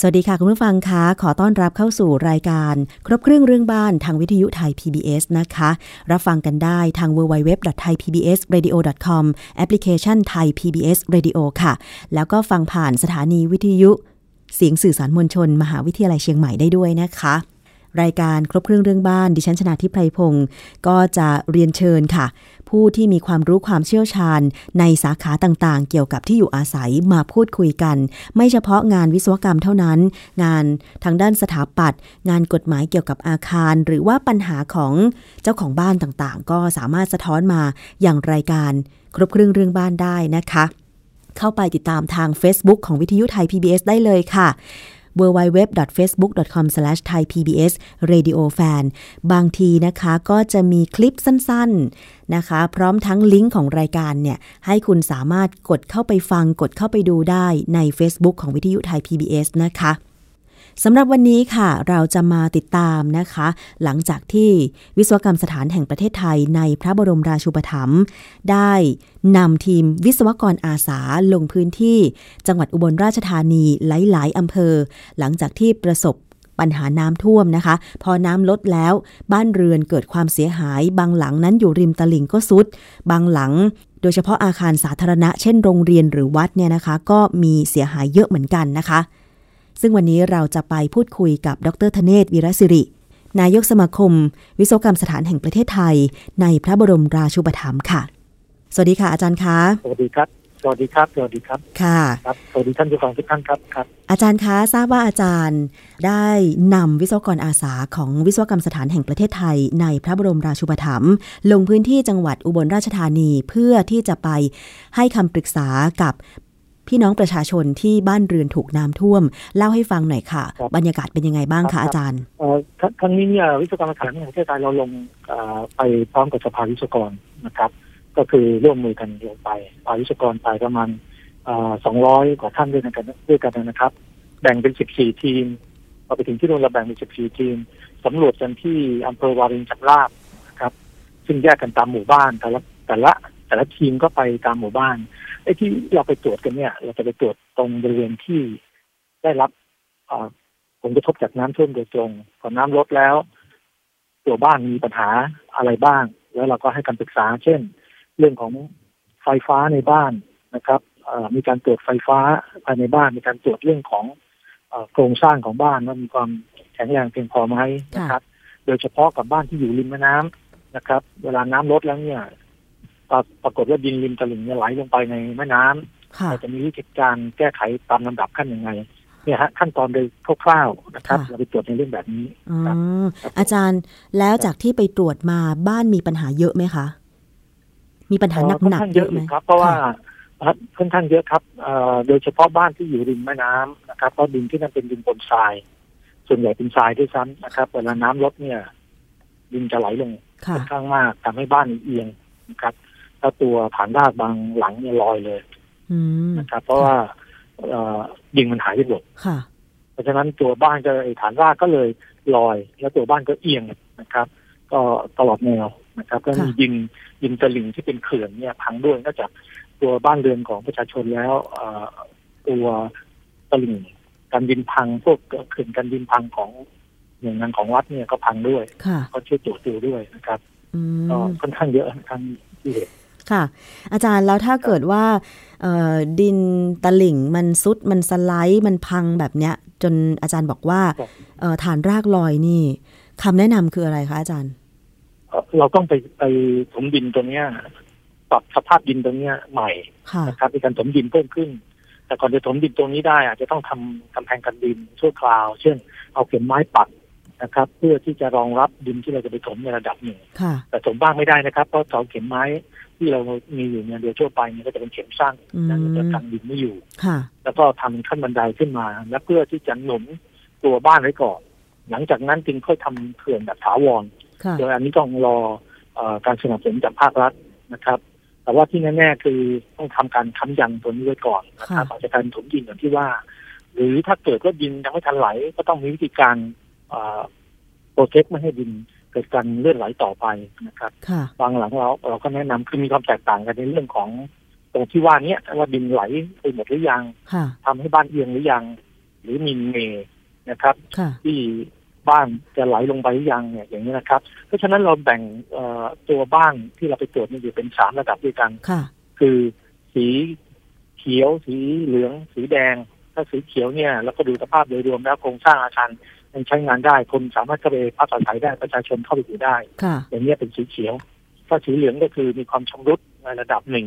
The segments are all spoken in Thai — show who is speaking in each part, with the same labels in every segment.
Speaker 1: สวัสดีค่ะ คุณผู้ฟังคะขอต้อนรับเข้าสู่รายการ ครบเครื่องเรื่องบ้านทางวิทยุไทย PBS นะคะ รับฟังกันได้ทาง www.thaipbsradio.com แอปพลิเคชัน Thai PBS Radio ค่ะ แล้วก็ฟังผ่านสถานีวิทยุ เสียงสื่อสารมวลชน มหาวิทยาลัยเชียงใหม่ได้ด้วยนะคะ รายการครบเครื่องเรื่องบ้าน ดิฉันชนะทิพไพรพงศ์ก็จะเรียนเชิญค่ะ ผู้ที่มีความรู้ความเชี่ยวชาญ ในสาขาต่างๆ เกี่ยวกับที่อยู่อาศัยมาพูดคุยกัน ไม่เฉพาะงานวิศวกรรมเท่านั้น งานทางด้านสถาปัตย์งานกฎหมายเกี่ยวกับอาคาร หรือว่าปัญหาของเจ้าของบ้านต่างๆ ก็สามารถสะท้อนมาอย่างรายการครบเครื่องเรื่องบ้านได้นะคะ เข้าไปติดตามทาง Facebook ของวิทยุไทย PBS ได้เลยค่ะ www.facebook.com/thaipbsradiofan บางทีนะคะก็จะมีคลิปสั้นๆนะคะ พร้อมทั้งลิงก์ของรายการเนี่ย ให้คุณสามารถกดเข้าไปฟังกดเข้าไปดูได้ใน Facebook ของวิทยุไทย PBS นะคะ สำหรับวันนี้ค่ะ เราจะมาติดตามนะคะ หลังจากที่วิศวกรรมสถานแห่งประเทศไทยในพระบรมราชูปถัมภ์ได้นำทีมวิศวกรอาสาลงพื้นที่ จังหวัดอุบลราชธานีหลาย ๆอำเภอ หลังจากที่ประสบปัญหาน้ำท่วมนะคะ พอน้ำลดแล้ว บ้านเรือนเกิดความเสียหาย บางหลังนั้นอยู่ริมตลิ่งก็ซุด บางหลัง โดยเฉพาะอาคารสาธารณะ เช่นโรงเรียนหรือวัดเนี่ยนะคะ ก็มีเสียหายเยอะเหมือนกันนะคะ ซึ่งวันนี้เราจะไปพูดคุยกับดรธเนศวีรศิริ นายกสมาคม วิศวกรรมสถานแห่งประเทศไทย ในพระบรมราชูปถัมภ์ค่ะ สวัสดีค่ะอาจารย์คะ
Speaker 2: สวัสดีครับ สวัสดีครับ สวัสดีครับ
Speaker 1: ค่ะ
Speaker 2: ครับ สวัสดีท่านผู้ฟังทุกท่านครับ ครับ
Speaker 1: อาจารย์คะทราบว่าอาจารย์ได้นำวิศวกรอาสาของวิศวกรรมสถานแห่งประเทศไทย ในพระบรมราชูปถัมภ์ลงพื้นที่จังหวัดอุบลราชธานีเพื่อที่จะไปให้คำปรึกษากับพี่น้องประชาชนที่บ้านเรือนถูกน้ำท่วม เล่าให้ฟังหน่อยค่ะ
Speaker 2: ครับ
Speaker 1: บรรยากาศเป็นยังไงบ้างคะอาจารย์
Speaker 2: เอ่อครัครั้งนี้เนี่ยวิศวกรรมสถานแห่งประเทศไทยเราลงเอ่อไปพร้อมกับสภาวิศวกรนะครับ ก็คือร่วมมือกันลงไปสภาวิศวกรไปประมาณสองร้อยกว่าท่านด้วยกันด้วยกันนะครับ แบ่งเป็นสิบสี่ทีมพอไปถึงที่นู่นเราแบ่งเป็นสิบสี่ทีมสำรวจกันที่อำเภอวารินชำราบนะครับ ซึ่งแยกกันตามหมู่บ้านแต่ละแต่ละแต่ละทีมก็ไปตามหมู่บ้านไอ้ที่เราไปตรวจกันเนี่ย เราจะไปตรวจตรงบริเวณที่ได้รับเอ่อ ผลกระทบจากน้ำท่วมโดยตรงพอน้ำลดแล้ว ตัวบ้านมีปัญหาอะไรบ้าง แล้วเราก็ให้การปรึกษา เช่น เรื่องของไฟฟ้าในบ้านนะครับเอ่อมีการตรวจไฟฟ้าภายในบ้าน มีการตรวจเรื่องของเอ่อโครงสร้างของบ้านว่ามีความแข็งแรงเพียงพอไหมนะครับ โดยเฉพาะกับบ้านที่อยู่ริมแม่น้ำนะครับ เวลาน้ำลดแล้วเนี่ยปราปรากฏว่าดินริมตลิ่งเนี่ยไหลลงไปในแม่น้ำ
Speaker 1: ค่ะ
Speaker 2: เราจะมีวิธีการแก้ไขตามลำดับขั้นยังไงเนี่ยฮะขั้นตอนโดยคร่าวๆนะครับ
Speaker 1: ค่ะ
Speaker 2: เราไปตรวจในเรื่องแบบนี้
Speaker 1: อ๋อ
Speaker 2: ครับ
Speaker 1: อาจารย์แล้วจากที่ไปตรวจมาบ้านมีปัญหาเยอะไหมคะ มีปัญหาหนัก
Speaker 2: เอ่อค่อ
Speaker 1: หนักๆ
Speaker 2: ข้างเย
Speaker 1: เย
Speaker 2: อะ
Speaker 1: อะ
Speaker 2: อ
Speaker 1: ไหม
Speaker 2: ยู่ครับ เพราะว่าค่อนข้างเยอะครับเอ่อโดยเฉพาะบ้านที่อยู่ริมแม่น้ำนะครับเพราะดินที่นั่นเป็นดินบนทราย ส่วนใหญ่เป็นทรายด้วยซ้ำนะครับเวลาน้ำลดเนี่ย ดินจะไหลลง
Speaker 1: ค่ะ
Speaker 2: ค่อนข้างมากทำให้บ้านเอียงนะครับแล้วตัวฐานรากบางหลังเนี่ยลอยเลย
Speaker 1: อืม
Speaker 2: นะครับ เพราะว่าเอ่อดินมันหายไปหมด
Speaker 1: ค่ะ
Speaker 2: เพราะฉะนั้นตัวบ้านก็ไอ้ฐานรากก็เลยลอย แล้วตัวบ้านก็เอียงนะครับ ก็ตลอดแนวนะครับ ก็มี
Speaker 1: ค่ะ
Speaker 2: ดินดินตลิ่งที่เป็นเขื่อนเนี่ยพังด้วยนอกจากตัวบ้านเรือนของประชาชนแล้วเอ่อตัวตลิ่งการดินพังพวกเขื่อนการดินพังของหน่วยงานของวัดเนี่ยก็พังด้วย
Speaker 1: ค่ะ
Speaker 2: ก็ช่วยตรวจดูด้วยนะครับ
Speaker 1: อื
Speaker 2: ก็
Speaker 1: ม
Speaker 2: ค่อนข้างเยอะนะครับที่เห็น
Speaker 1: ค่ะ อาจารย์แล้วถ้าเกิดว่าเอ่อดินตะลิ่งมันซุดมันสไลด์มันพังแบบเนี้ย จนอาจารย์บอกว่า
Speaker 2: ครับ
Speaker 1: เอ่อฐานรากลอยนี่คำแนะนำคืออะไรคะอาจารย์
Speaker 2: เอ่อเราต้องไปไปถมดินตัวเนี้ยปรับสภาพดินตัวเนี้ยใหม่
Speaker 1: ค่ะ
Speaker 2: นะครับมีการถมดินเพิ่มขึ้น แต่ก่อนจะถมดินตรงนี้ได้อาจจะต้องทำกำแพงกันดินชั่วคราว เช่น เอาเข็มไม้ปักนะครับ เพื่อที่จะรองรับดินที่เราจะไปถมในระดับหนึ่ง
Speaker 1: ค่ะ
Speaker 2: แต่ถมบ้างไม่ได้นะครับเพราะเสาเข็มไม้ที่เรามีอยู่เนี่ยโดยทั่วไปเนี่ยก็จะเป็นเข็มสั้น
Speaker 1: อืม
Speaker 2: นั่นจะกันดินไม่อยู่
Speaker 1: ค่ะ
Speaker 2: แล้วก็ทำขั้นบันไดขึ้นมา และเพื่อที่จะหนุนตัวบ้านไว้ก่อนหลังจากนั้นจึงค่อยทำเขื่อนแบบถาวร
Speaker 1: ค่ะ
Speaker 2: โดยอันนี้ต้องรอเออการสนับสนุนจากภาครัฐนะครับ แต่ว่าที่แน่ๆคือต้องทำการค้ำยันตัวนี้ไว้ก่อนนะครับ
Speaker 1: ค่ะ
Speaker 2: อาจจะการถมดินอย่างที่ว่า หรือถ้าเกิดว่าดินยังไม่ทันไหล ก็ต้องมีวิธีการโปรเจกต์ไม่ให้ดินเกิดการเลื่อนไหลต่อไปนะครับ
Speaker 1: ค่ะ
Speaker 2: บางหลังเราเราก็แนะนำคือมีความแตกต่างกันในเรื่องของตรงที่ว่าเนี้ยว่าดินไหลไปหมดหรือยัง
Speaker 1: ค่ะ
Speaker 2: ทำให้บ้านเอียงหรือยัง หรือมีเมนะครับ
Speaker 1: ค่ะ
Speaker 2: ที่บ้านจะไหลลงไปหรือยังเนี่ยอย่างนี้นะครับ เพราะฉะนั้นเราแบ่งเอ่อตัวบ้านที่เราไปตรวจเนี่ยอยู่เป็นสามระดับด้วยกัน
Speaker 1: ค่ะ
Speaker 2: คือสีเขียวสีเหลือง สีแดง ถ้าสีเขียวเนี่ยเราก็ดูสภาพโดยรวมแล้วโครงสร้างอาคารยังใช้งานได้คนสามารถเข้าไปพักอาศัยได้ประชาชนเข้าไปอยู่ได้
Speaker 1: ค่ะ
Speaker 2: อย่างนี้ยเป็นสีเขียว ถ้าสีเหลืองก็คือมีความชำรุดในระดับหนึ่ง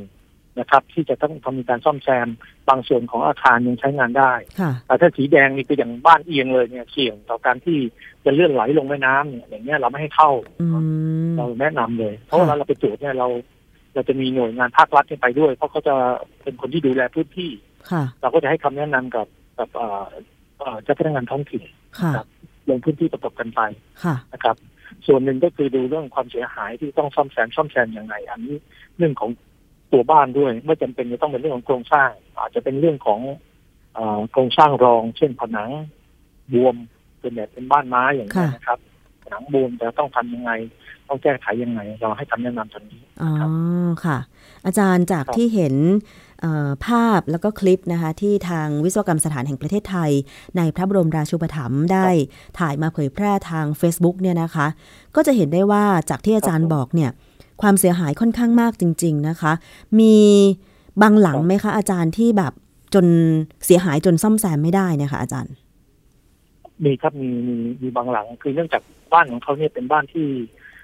Speaker 2: นะครับ ที่จะต้องทำการซ่อมแซมบางส่วนของอาคารยังใช้งานได้
Speaker 1: ค่ะ
Speaker 2: แต่ถ้าสีแดงนี่คืออย่างบ้านเอียงเลยเนี่ยเสี่ยงต่อการที่จะเลื่อนไหลลงแม่น้ำเนี่ยอย่างเงี้ยเราไม่ให้เข้า
Speaker 1: อืม
Speaker 2: เราแนะนำเลย เพราะเวลาเราไปตรวจเนี่ยเรา เราจะมีหน่วยงานภาครัฐเนี่ยไปด้วย เพราะเขาจะเป็นคนที่ดูแลพื้นที่
Speaker 1: ค่ะ
Speaker 2: เราก็จะให้คำแนะนำกับกับเอ่อเอ่อเจ้าพนักงานท้องถิ่น
Speaker 1: ค่ะ
Speaker 2: ลงพื้นที่ประกอบกันไป
Speaker 1: ค่ะ
Speaker 2: นะครับ ส่วนหนึ่งก็คือดูเรื่องความเสียหายที่ต้องซ่อมแซมซ่อมแซมอย่างไรอันนี้เรื่องของตัวบ้านด้วยไม่จำเป็นจะต้องเป็นเรื่องของโครงสร้าง อาจจะเป็นเรื่องของเอ่อโครงสร้างรอง เช่นผนังบวมเป็นแบบเป็นบ้านไม้อย่างนี้ย
Speaker 1: ค่ะ
Speaker 2: นะครับผนังบวมจะต้องทำยังไง ต้องแก้ไขยังไง เราให้คำแนะนำตรงนี้
Speaker 1: อ๋อ ค่ะ อาจารย์จาก
Speaker 2: ครับ
Speaker 1: ที่เห็นเอ่อภาพแล้วก็คลิปนะคะที่ทางวิศวกรรมสถานแห่งประเทศไทย ในพระบรมราชูปถัมภ์ได้ถ่ายมาเผยแพร่ทาง Facebook เนี่ยนะคะ ก็จะเห็นได้ว่าจากที่อาจารย์บอกเนี่ยความเสียหายค่อนข้างมากจริง ๆนะคะ มีบางหลังไหมคะอาจารย์ที่แบบจนเสียหายจนซ่อมแซมไม่ได้เนะคะอาจารย์
Speaker 2: มีครับมีมีมีบางหลัง คือเนื่องจากบ้านของเขาเนี่ยเป็นบ้านที่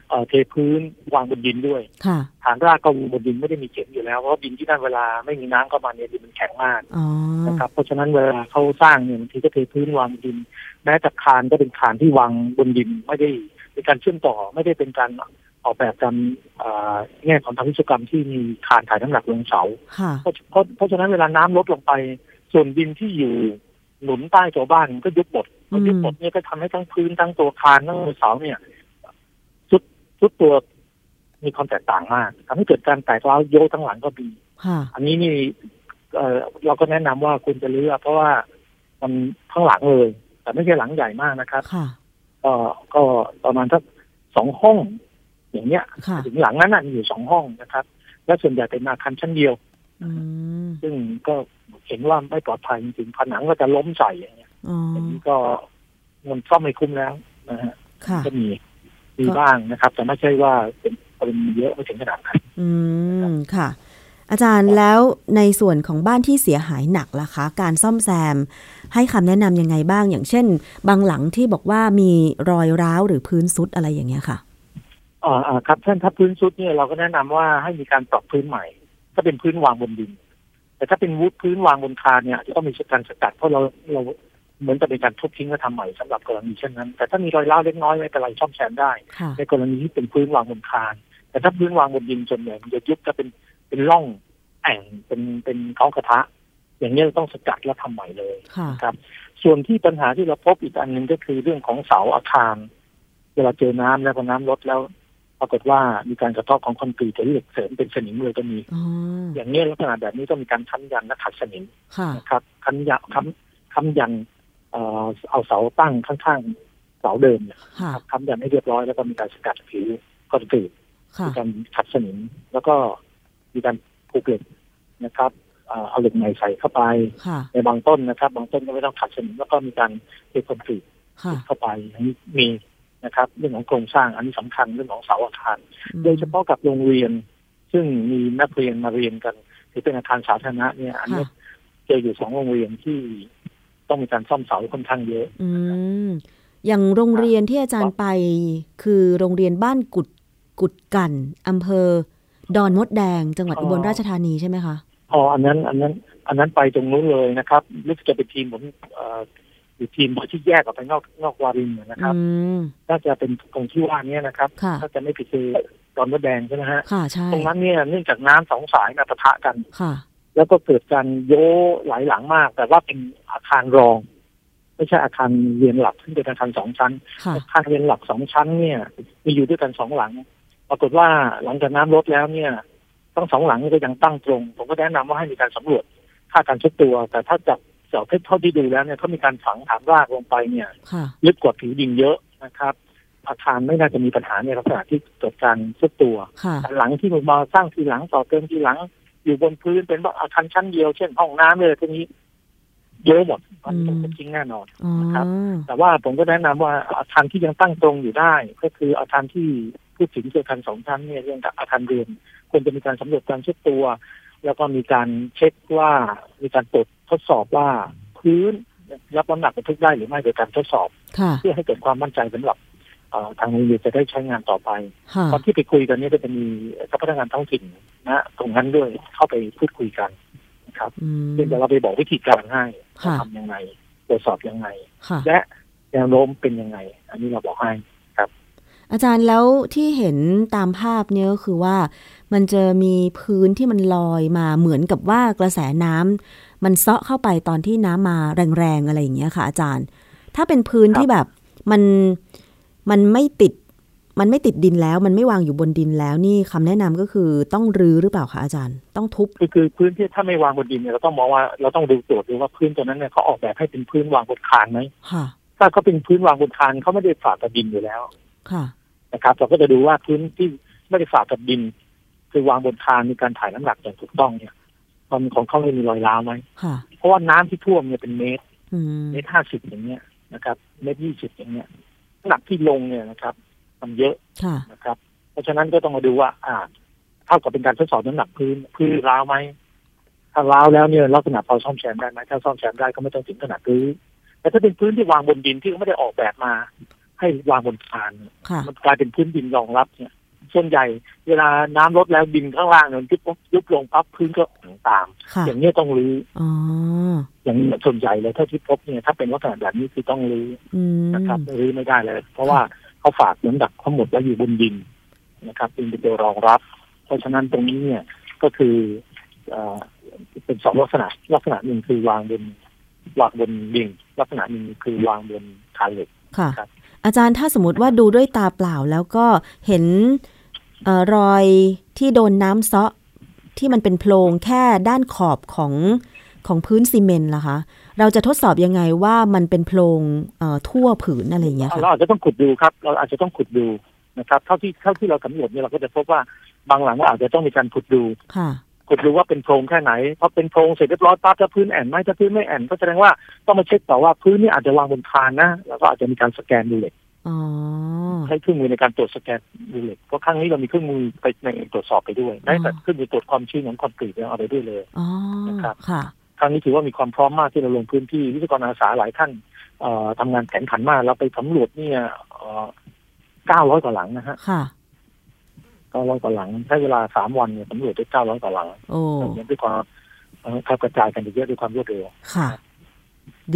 Speaker 2: เอ่อเทพื้นวางบนดินด้วย
Speaker 1: ค่ะ
Speaker 2: ฐานรากก็บนดินไม่ได้มีเข็มอยู่แล้วเพราะว่าดินที่นั่นเวลาไม่มีน้ำเข้ามาเนี่ยดินมันแข็งมาก
Speaker 1: อ๋อ
Speaker 2: นะครับเพราะฉะนั้นเวลาเขาสร้างเนี่ยบางทีก็เทพื้นวางดิน แม้แต่คานก็เป็นคานที่วางบนดินไม่ได้เป็นการเชื่อมต่อไม่ได้เป็นการออกแบบการอ่าแง่ของทางวิศวกรรมที่มีคานถ่ายน้ำหนักลงเสา
Speaker 1: ค่ะ
Speaker 2: เพราะเพราะเพราะฉะนั้นเวลาน้ำลดลงไป ส่วนดินที่อยู่หนุนใต้ตัวบ้านก็ยุบหมดพอยุบหมดเนี่ยก็ทำให้ทั้งพื้นทั้งตัวคานทั้งเสาเนี่ยสุดสุดตัวมีความแตกต่างมากทำให้เกิดการแตกร้าวโยกทั้งหลังก็มี
Speaker 1: ค่ะ
Speaker 2: อันนี้นี่เอ่อเราก็แนะนำว่าคุณจะเลือกเพราะว่ามันข้างหลังเลย แต่ไม่ใช่หลังใหญ่มากนะครับ
Speaker 1: ค่ะ
Speaker 2: ก็ก็ประมาณสักสองห้อง อย่างเนี้ย
Speaker 1: ค่ะ
Speaker 2: ถึงหลังนั้นน่ะมีอยู่สองห้องนะครับ และส่วนใหญ่เป็นอาคารชั้นเดียว
Speaker 1: อืม
Speaker 2: ซึ่งก็เห็นว่าไม่ปลอดภัยจริงๆผนังก็จะล้มใส่อย่างเงี้ย
Speaker 1: อ๋อ
Speaker 2: อย่างนี้ก็มันก็ไม่คุ้มแล้วนะฮะ
Speaker 1: ค่ะ
Speaker 2: ก็มีมีบ้างนะครับ แต่ไม่ใช่ว่าเป็นเป็นเยอะไม่ถึงขนาดนั้น
Speaker 1: อืม ค่ะ อาจารย์แล้วในส่วนของบ้านที่เสียหายหนักล่ะคะ การซ่อมแซม ให้คำแนะนำยังไงบ้าง อย่างเช่น บางหลังที่บอกว่ามีรอยร้าวหรือพื้นซุดอะไรอย่างเงี้ยค่ะ
Speaker 2: อ่าอ่าครับท่านถ้าพื้นซุดเนี่ยเราก็แนะนำว่าให้มีการปรับพื้นใหม่ ถ้าเป็นพื้นวางบนดิน แต่ถ้าเป็นวุ้พื้นวางบนคานเนี่ยจะต้องมีการสกัดเพราะเราเราเหมือนจะเป็นการทุบทิ้งและทำใหม่สำหรับกรณีเช่นนั้น แต่ถ้ามีรอยร้าวเล็กน้อยไม่เป็นไรซ่อมแซมได้
Speaker 1: ค่ะ
Speaker 2: ในกรณีที่เป็นพื้นวางบนคาน แต่ถ้าพื้นวางบนดินส่วนใหญ่มันจะยุบจะเป็นเป็นร่องแอ่งเป็นเป็นเขากระทะ อย่างนี้ยต้องสกัดและทำใหม่เลย
Speaker 1: ค่ะ
Speaker 2: ส่วนที่ปัญหาที่เราพบอีกอันหนึ่งก็คือเรื่องของเสาอาคาร เวลาเจอน้ำแล้วพอน้ำลดแล้ว ปรากฏว่ามีการกระทบของคอนกรีตหรือเหล็กเสริมเป็นสนิมเลยก็มี
Speaker 1: อ๋อ
Speaker 2: อย่างนี้ลักษณะแบบนี้ต้องมีการค้ำยันและขัดสนิม
Speaker 1: ค่ะ
Speaker 2: นะครับค้ำยันค้ำค้ำยันเอ่อเอาเสาตั้งข้างๆเสาเดิมเนี่ย
Speaker 1: ค่ะ
Speaker 2: ค้ำยันให้เรียบร้อยแล้วก็มีการสกัดผิวคอนกรีต
Speaker 1: ค่ะ
Speaker 2: มีการขัดสนิมแล้วก็มีการผูกเหล็กนะครับเอ่อเอาเหล็กใหม่ใส่เข้าไป
Speaker 1: ค่ะ
Speaker 2: ในบางต้นนะครับ บางต้นก็ไม่ต้องขัดสนิมแล้วก็มีการเทคอนกรีต
Speaker 1: ค่ะ
Speaker 2: เข้าไปอันนี้มีนะครับเรื่องของโครงสร้างอันนี้สำคัญเรื่องของเสาอาคาร
Speaker 1: อืม
Speaker 2: โดยเฉพาะกับโรงเรียน ซึ่งมีนักเรียนมาเรียนกันที่เป็นอาคารสาธารณะเนี่ยอัน
Speaker 1: ค่ะ
Speaker 2: นี้เจออยู่สองโรงเรียนที่ต้องมีการซ่อมเสาค่อนข้างเยอะ
Speaker 1: อืม อย่างโรงเรียนที่อาจารย์ไป คือโรงเรียนบ้านกุดกุดกันอำเภอ ดอนมดแดง จังหวัดอุบลราชธานีใช่ไหมคะ
Speaker 2: อ๋ออันนั้นอันนั้น อันนั้นไปตรงนู้นเลยนะครับรู้สึกจะเป็นทีมผมเอ่ออยู่ทีมที่แยกออกไปนอกนอกวารินนะครับ
Speaker 1: อืม
Speaker 2: น่าจะเป็นตรงที่ว่านี้นะครับ
Speaker 1: ค่ะ
Speaker 2: ถ้าจะไม่ผิดคือตอนมดแดงใช่ไหมฮะ
Speaker 1: ค่ะ ใช่
Speaker 2: ตรงนั้นเนี่ยเนื่องจากน้ำสองสายมาปะทะกัน
Speaker 1: ค่ะ
Speaker 2: แล้วก็เกิดการโยไหลหลังมาก แต่ว่าเป็นอาคารรอง ไม่ใช่อาคารเรียนหลักซึ่งเป็นอาคารสองชั้น
Speaker 1: ค่ะ
Speaker 2: อาคารเรียนหลักสองชั้นเนี่ย มีอยู่ด้วยกันสองหลัง ปรากฏว่าหลังจากน้ำลดแล้วเนี่ย ทั้งสองหลังนี่ก็ยังตั้งตรง ผมก็แนะนำว่าให้มีการสำรวจค่าการชุดตัว แต่ถ้าจากเจาะเท่าที่ดูแล้วเนี่ยเขามีการฝังฐานรากลงไปเนี่ย
Speaker 1: ค่ะ
Speaker 2: ลึกกว่าผิวดินเยอะนะครับ อาคารไม่น่าจะมีปัญหาในลักษณะที่เกิดการซุดตัว
Speaker 1: ค่ะ
Speaker 2: แต่หลังที่มันมาสร้างทีหลังต่อเติมทีหลัง อยู่บนพื้นเป็นว่าอาคารชั้นเดียวเช่นห้องน้ำเลยพวกนี้เยอะหมดมัน
Speaker 1: อืม
Speaker 2: ต้องเป็นจริงแน่นอน
Speaker 1: อ๋อ
Speaker 2: ครับ แต่ว่าผมก็แนะนำว่าอาคารที่ยังตั้งตรงอยู่ได้ ก็คืออาคารที่พูดถึงเกี่ยวกันสองชั้นเนี่ยเรื่องกับอาคารเรียนควรจะมีการสำรวจการเช็ดตัว แล้วก็มีการเช็คว่ามีการตรวจทดสอบว่าพื้นรับน้ำหนักบรรทุกได้หรือไม่โดยการทดสอบ
Speaker 1: ค่ะ
Speaker 2: เพื่อให้เกิดความมั่นใจสำหรับเอ่อทางโรงเรียนจะได้ใช้งานต่อไป
Speaker 1: ค่ะ
Speaker 2: ตอนที่ไปคุยกันเนี่ยก็จะมีเจ้าพนักงานท้องถิ่นนะตรงนั้นด้วยเข้าไปพูดคุยกันนะครับ
Speaker 1: อืม
Speaker 2: เดี๋ยวเราไปบอกวิธีการให้
Speaker 1: ค่ะ
Speaker 2: ทำยังไงตรวจสอบยังไง
Speaker 1: ค่ะ
Speaker 2: และแนวโน้มเป็นยังไง อันนี้เราบอกให้
Speaker 1: อาจารย์แล้วที่เห็นตามภาพเนี่ยก็คือว่ามันจะมีพื้นที่มันลอยมาเหมือนกับว่ากระแสน้ำมันเซาะเข้าไปตอนที่น้ำมาแรงๆอะไรอย่างเงี้ยค่ะ อาจารย์ ถ้าเป็นพื้น
Speaker 2: ครับ
Speaker 1: ที่แบบมันมันไม่ติด มันไม่ติดดินแล้ว มันไม่วางอยู่บนดินแล้วนี่คำแนะนำก็คือต้องรื้อหรือเปล่าคะอาจารย์ ต้องทุบ
Speaker 2: คือคือพื้นที่ถ้าไม่วางบนดินเนี่ยเราต้องมองว่าเราต้องดูตรวจดูว่าพื้นตัวนั้นเนี่ยเขาออกแบบให้เป็นพื้นวางบนคานไหม
Speaker 1: ค่ะ
Speaker 2: ถ้าเขาเป็นพื้นวางบนคานเขาไม่ได้ฝาดกับดินอยู่แล้ว
Speaker 1: ค่ะ
Speaker 2: นะครับเราก็จะดูว่าพื้นที่ไม่ได้ฝากับดิน คือวางบนคานมีการถ่ายน้ำหนักอย่างถูกต้องเนี่ยความของเขาเลยมีรอยร้าวไหม
Speaker 1: ค่ะ
Speaker 2: เพราะว่าน้ำที่ท่วมเนี่ยเป็นเมตร
Speaker 1: อืม
Speaker 2: เมตรห้าสิบอย่างเงี้ยนะครับเมตรยี่สิบอย่างเงี้ยน้ำหนักที่ลงเนี่ยนะครับ มันเยอะ
Speaker 1: ค่ะ
Speaker 2: นะครับ เพราะฉะนั้นก็ต้องมาดูว่า อ่า เท่ากับเป็นการทดสอบน้ำหนักพื้นพื้นร้าวไหมถ้าร้าวแล้วเนี่ยลักษณะพอซ่อมแซมได้ไหมถ้าซ่อมแซมได้ก็ไม่ต้องถึงขนาดรื้อแต่ถ้าเป็นพื้นที่วางบนดินที่เขาไม่ได้ออกแบบมา ให้วางบนคาน
Speaker 1: ค่ะ
Speaker 2: มันกลายเป็นพื้นดินรองรับเนี่ย ส่วนใหญ่เวลาน้ำลดแล้วดินข้างล่างเนี่ยมันยุบปุ๊บยุบลงปั๊บพื้นก็อ่อนตาม
Speaker 1: ค่ะ
Speaker 2: อย่างนี้ยต้องรื้อ
Speaker 1: อ๋อ
Speaker 2: อย่างนี้ส่วนใหญ่เลยเท่าที่พบเนี่ยถ้าเป็นลักษณะแบบนี้คือต้องรื้อ
Speaker 1: อืม
Speaker 2: นะครับไม่รื้อไม่ได้เลย เพราะว่าเขาฝากน้ำหนักเขาหมดไว้อยู่บนดินนะครับดินเป็นตัวรองรับ เพราะฉะนั้นตรงนี้เนี่ยก็คือเอ่อเป็นสองลักษณะ ลักษณะหนึ่งคือวางบนวางบนดินลักษณะหนึ่งคือวางบนคานเหล็ก
Speaker 1: ค่ะ
Speaker 2: ครับ
Speaker 1: อาจารย์ถ้าสมมติว่าดูด้วยตาเปล่าแล้วก็เห็นเออรอยที่โดนน้ำเซาะที่มันเป็นโพรงแค่ด้านขอบของของพื้นซีเมนต์ล่ะคะ เราจะทดสอบยังไงว่ามันเป็นโพรงเอ่อทั่วผืนอะไรอย่างเงี้ย
Speaker 2: เรา
Speaker 1: ค่ะ
Speaker 2: อาจจะต้องขุดดูครับ เราอาจจะต้องขุดดูนะครับ เท่าที่เท่าที่เราสำรวจเนี่ยเราก็จะพบว่าบางหลังเราอาจจะต้องมีการขุดดู
Speaker 1: ค่ะ
Speaker 2: ขุดดูว่าเป็นโพรงแค่ไหนพอเป็นโพรงเสร็จเรียบร้อยปั๊บถ้าพื้นแอนไหมถ้าพื้นไม่แอนก็แสดงว่าต้องมาเช็คต่อว่าพื้นนี่อาจจะวางบนคานนะแล้วก็อาจจะมีการสแกนดูเหล็ก
Speaker 1: อ๋อ
Speaker 2: ใช้เครื่องมือในการตรวจสแกนดูเหล็กเพราะครั้งนี้เรามีเครื่องมือไปในตรวจสอบไปด้วยได้แต่เครื่องมือตรวจความชื้นของคอนกรีตเนี่ยเอาไปด้วยเลย
Speaker 1: อ๋อ
Speaker 2: นะครับ
Speaker 1: ค่ะ
Speaker 2: ครั้งนี้ถือว่ามีความพร้อมมากที่เราลงพื้นที่วิศวกรอาสาหลายท่านเอ่อทำงานแข็งขันมากเราไปสำรวจเนี่ยเอ่อ900กว่าหลังนะฮะ
Speaker 1: ค่ะ
Speaker 2: เก้าร้อยกว่าหลังใช้เวลาสามวันเนี่ยตำรวจได้เก้าร้อยกว่าหลัง
Speaker 1: โอ้
Speaker 2: แบบนี้ด้วยความเอ่อการกระจายกันเยอะด้วยความรวดเร็ว
Speaker 1: ค่ะ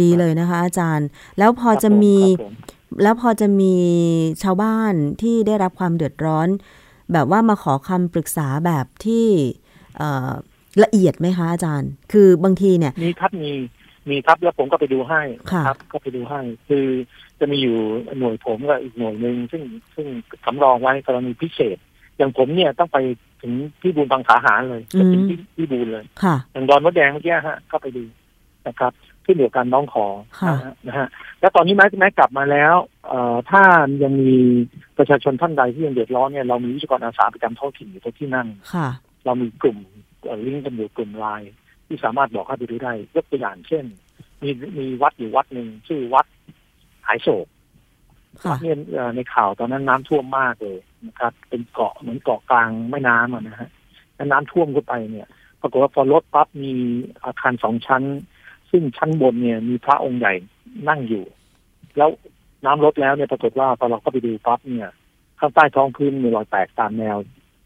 Speaker 1: ดีเลยนะคะ อาจารย์ แล้วพอ
Speaker 2: ครับ
Speaker 1: จะ
Speaker 2: ผ
Speaker 1: มี
Speaker 2: ครับผ
Speaker 1: แล้วพอจะมีชาวบ้านที่ได้รับความเดือดร้อน แบบว่ามาขอคำปรึกษาแบบที่เอ่อละเอียดไหมคะอาจารย์ คือบางทีเนี่ย
Speaker 2: มีครับมีมีครับแล้วผมก็ไปดูให้
Speaker 1: ค่ะ
Speaker 2: ครับ ก็ไปดูให้ คือจะมีอยู่หน่วยผมกับอีกหน่วยหนึ่งซึ่งซึ่งสำรองไว้กรณีพิเศษ อย่างผมเนี่ยต้องไปถึงที่บูนบางสาหารเลยไปถึงที่ที่บูนเลย
Speaker 1: ค่ะ
Speaker 2: อย่างดอนมดแดงเมื่อกี้ฮะก็ไปดูนะครับขึ้นอยู่กับการน้องขอ
Speaker 1: ค่ะ
Speaker 2: นะฮะนะฮะแล้วตอนนี้แม้แม้กลับมาแล้วเอ่อถ้ายังมีประชาชนท่านใดที่ยังเดือดร้อนเนี่ยเรามีวิศวกรอาสาประจำท้องถิ่นอยู่ที่นั่น
Speaker 1: ค่ะ
Speaker 2: เรามีกลุ่มลิงก์กันอยู่กลุ่มไลน์ที่สามารถบอกเข้าไปดูได้ยกตัวอย่างเช่น มีมีวัดอยู่วัดหนึ่งชื่อวัดหายโศก
Speaker 1: ค่ะ
Speaker 2: เนี่ยเอ่อในข่าวตอนนั้นน้ำท่วมมากเลยนะครับ เป็นเกาะเหมือนเกาะกลางแม่น้ำอะนะฮะแล้วน้ำท่วมเข้าไปเนี่ย ปรากฏว่าพอรถปั๊บมีอาคารสองชั้น ซึ่งชั้นบนเนี่ยมีพระองค์ใหญ่นั่งอยู่ แล้วน้ำลดแล้วเนี่ยปรากฏว่าพอเราก็ไปดูปั๊บเนี่ย ข้างใต้ท้องพื้นมีรอยแตกตามแนว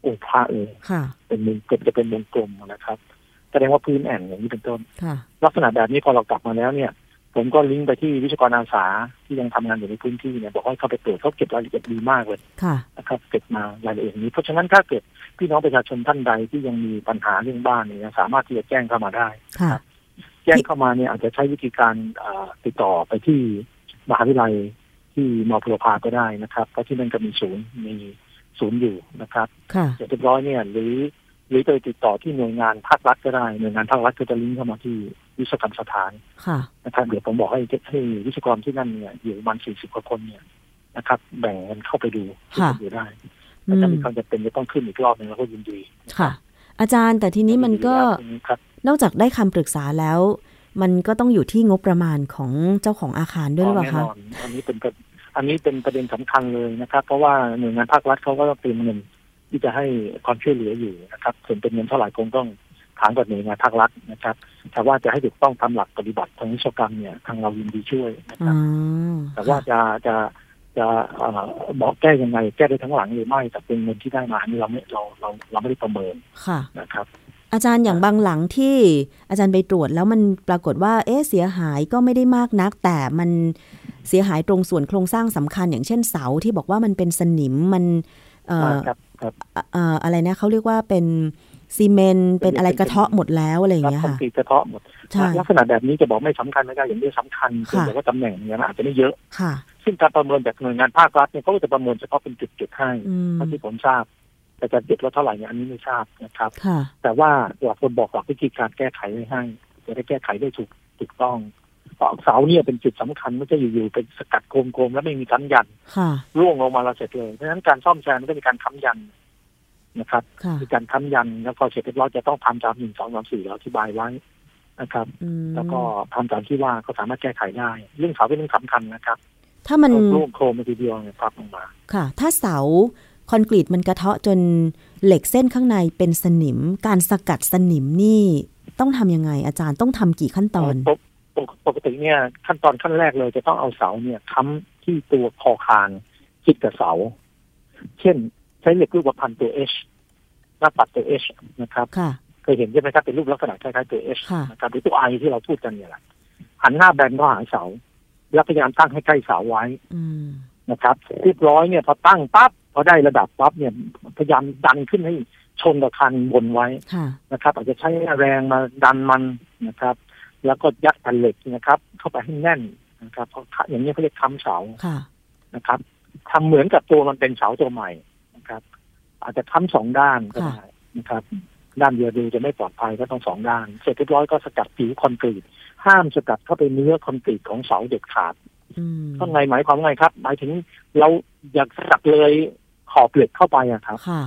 Speaker 2: องค์พระเลย
Speaker 1: ค่ะ
Speaker 2: เป็นมุมเกือบจะเป็นวงกลมอะนะครับแสดงว่าพื้นแอ่นอย่างนี้เป็นต้น
Speaker 1: ค่ะ
Speaker 2: ลักษณะแบบนี้พอเรากลับมาแล้วเนี่ย ผมก็ลิงก์ไปที่วิศวกรอาสาที่ยังทำงานอยู่ในพื้นที่เนี่ยบอกว่าเข้าไปตรวจเขาเก็บรายละเอียดดีมากเลย
Speaker 1: ค่ะ
Speaker 2: นะครับเก็บมารายละเอียดนี้ เพราะฉะนั้นถ้าเกิดพี่น้องประชาชนท่านใดที่ยังมีปัญหาเรื่องบ้านเนี่ยสามารถที่จะแจ้งเข้ามาได้
Speaker 1: ค่ะ
Speaker 2: แจ้งเข้ามาเนี่ยอาจจะใช้วิธีการเอ่อติดต่อไปที่มหาวิทยาลัยที่มอพลพาก็ได้นะครับเพราะที่นั่นก็มีศูนย์มีศูนย์อยู่นะครับ
Speaker 1: ค่ะ
Speaker 2: เสร็จเรียบร้อยเนี่ยหรือ หรือไปติดต่อที่หน่วยงานภาครัฐก็ได้หน่วยงานภาครัฐก็จะลิงก์เข้ามาที่วิศวกรรมสถาน
Speaker 1: ค่ะ
Speaker 2: นะครับเดี๋ยวผมบอกให้ให้วิศวกรที่นั่นเนี่ยอยู่ประมาณสี่สิบกว่าคนเนี่ยนะครับ แบ่งกันเข้าไปดู
Speaker 1: ค่ะ
Speaker 2: ไปดูได้
Speaker 1: อื
Speaker 2: แต่ถ้าม มีความจำเป็นจะต้องขึ้นอีกรอบหนึ่งเราก็ยินดี
Speaker 1: ค่ะ อาจารย์แต่ทีนี้มันก็
Speaker 2: ยิดีครับ
Speaker 1: นอกจากได้คำปรึกษาแล้ว มันก็ต้องอยู่ที่งบประมาณของเจ้าของอาคารด้วยหรือเปล่าคะ
Speaker 2: แน่นอนอันนี้เป็นประอันนี้เป็นประเด็นสำคัญเลยนะครับ เพราะว่าหน่วยงานภาครัฐเขาก็ต้องเตรียมเงินที่จะให้ความช่วยเหลืออยู่นะครับส่วนเป็นเงินเท่าไหร่คงต้องถามกับหน่วยงานภาครัฐนะครับแต่ว่าจะให้ถูกต้องตามหลักปฏิบัติทางวิศวกรรมเนี่ยทางเรายินดีช่วยนะค
Speaker 1: อ๋อบ
Speaker 2: รัแต่ว่าจะจะจะเอ่อบอกแก้ยังไง แก้ได้ทั้งหลังหรือไม่แต่เป็นเงินที่ได้มาอันนี้เราไม่เราเราเราไม่ได้ประเมิน
Speaker 1: ค่ะ
Speaker 2: นะครับ
Speaker 1: อาจารย์อย่างบางหลังที่อาจารย์ไปตรวจแล้วมันปรากฏว่าเอ๊ะเสียหายก็ไม่ได้มากนัก แต่มันเสียหายตรงส่วนโครงสร้างสำคัญ อย่างเช่นเสาที่บอกว่ามันเป็นสนิมมันเอ่อ
Speaker 2: ครับครับ
Speaker 1: เอ่ออะไรนะเขาเรียกว่าเป็นซีเมนต์เป็นอะไรกระเทาะหมดแล้วอะไรอย่าง
Speaker 2: รับ
Speaker 1: เงี้ย
Speaker 2: คอน
Speaker 1: ค่ะ
Speaker 2: กรีตกระเทาะหมด
Speaker 1: ใช่
Speaker 2: ลักษณะแบบนี้จะบอกไม่สำคัญไม่ได้อย่างนี้สำคัญเพียงแต่ว่าตำแหน่งเนี่ยมันอาจจะไม่เยอะ
Speaker 1: ค่ะ
Speaker 2: ซึ่งการประเมินจากหน่วยงานภาครัฐเนี่ยเขาก็จะประเมินเฉพาะเป็นจุดๆให้
Speaker 1: อืม
Speaker 2: เท่าที่ผมทราบ แต่จะเด็ดลดเท่าไหร่เนี่ยอันนี้ไม่ทราบนะครับ
Speaker 1: ค่ะ
Speaker 2: แต่ว่าหลักคนบอกหลักวิธีการแก้ไขไว้ให้จะได้แก้ไขได้ถูกถูกต้องเสาเนี่ยเป็นจุดสำคัญไม่ใช่อยู่ๆเป็นสกัดโคมๆแล้วไม่มีค้ำยัน
Speaker 1: ค่ะ
Speaker 2: ร่วงลงมาเราเสร็จเลยเพราะฉะนั้นการซ่อมแซมมันก็มีการค้ำยันนะครับ
Speaker 1: ค่ะ
Speaker 2: มีการค้ำยันแล้วพอเสร็จเรียบร้อยจะต้องทำตามหนึ่งสองสามสี่เราอธิบายไว้นะครับ
Speaker 1: อืม
Speaker 2: แล้วก็ทำตามที่ว่าก็สามารถแก้ไขได้ เรื่องเสาเป็นเรื่องสำคัญนะครับ
Speaker 1: ถ้ามัน
Speaker 2: ร่วงโครมไปทีเดียวเนี่ยพับลงมา
Speaker 1: ค่ะ ถ้าเสาคอนกรีตมันกระเทาะจนเหล็กเส้นข้างในเป็นสนิม การสกัดสนิมนี่ต้องทำยังไง อาจารย์ต้องทำกี่ขั้นตอน
Speaker 2: ปกปกปกติเนี่ยขั้นตอนขั้นแรกเลยจะต้องเอาเสาเนี่ยค้ำที่ตัวคอคานชิดกับเสา เช่นใช้เหล็กรูปพันตัว H หน้าปัดตัว H นะครับ
Speaker 1: ค่ะ
Speaker 2: เคยเห็นใช่ไหมครับเป็นรูปลักษณะคล้ายๆตัว H
Speaker 1: ค่ะ
Speaker 2: นะครับหรือตัว I ที่เราพูดกันเนี่ยแหละหันหน้าแบนเข้าหาเสา แล้วพยายามตั้งให้ใกล้เสาไว้
Speaker 1: อืม
Speaker 2: นะครับเรียบร้อยเนี่ยพอตั้งปั๊บพอได้ระดับปั๊บเนี่ยพยายามดันขึ้นให้ชนกับคันบนไว้
Speaker 1: ค่ะ
Speaker 2: นะครับอาจจะใช้แรงมาดันมันนะครับ แล้วก็ยัดแผ่นเหล็กนะครับ เข้าไปให้แน่นนะครับเพราะอย่างนี้เขาเรียกค้ำเสา
Speaker 1: ค่ะ
Speaker 2: นะครับทำเหมือนกับตัวมันเป็นเสาตัวใหม่นะครับ อาจจะค้ำสองด้านก็ได้นะครับ ด้านเดียวดูจะไม่ปลอดภัยก็ต้องสองด้าน เสร็จเรียบร้อยก็สกัดผิวคอนกรีตห้ามสกัดเข้าไปเนื้อคอนกรีตของเสาเด็ดขาด
Speaker 1: อืม
Speaker 2: ข้างในหมายความว่าไงครับ หมายถึงเราอยากสกัดเลยขอบเหล็กเข้าไปอะครับ
Speaker 1: ค่ะ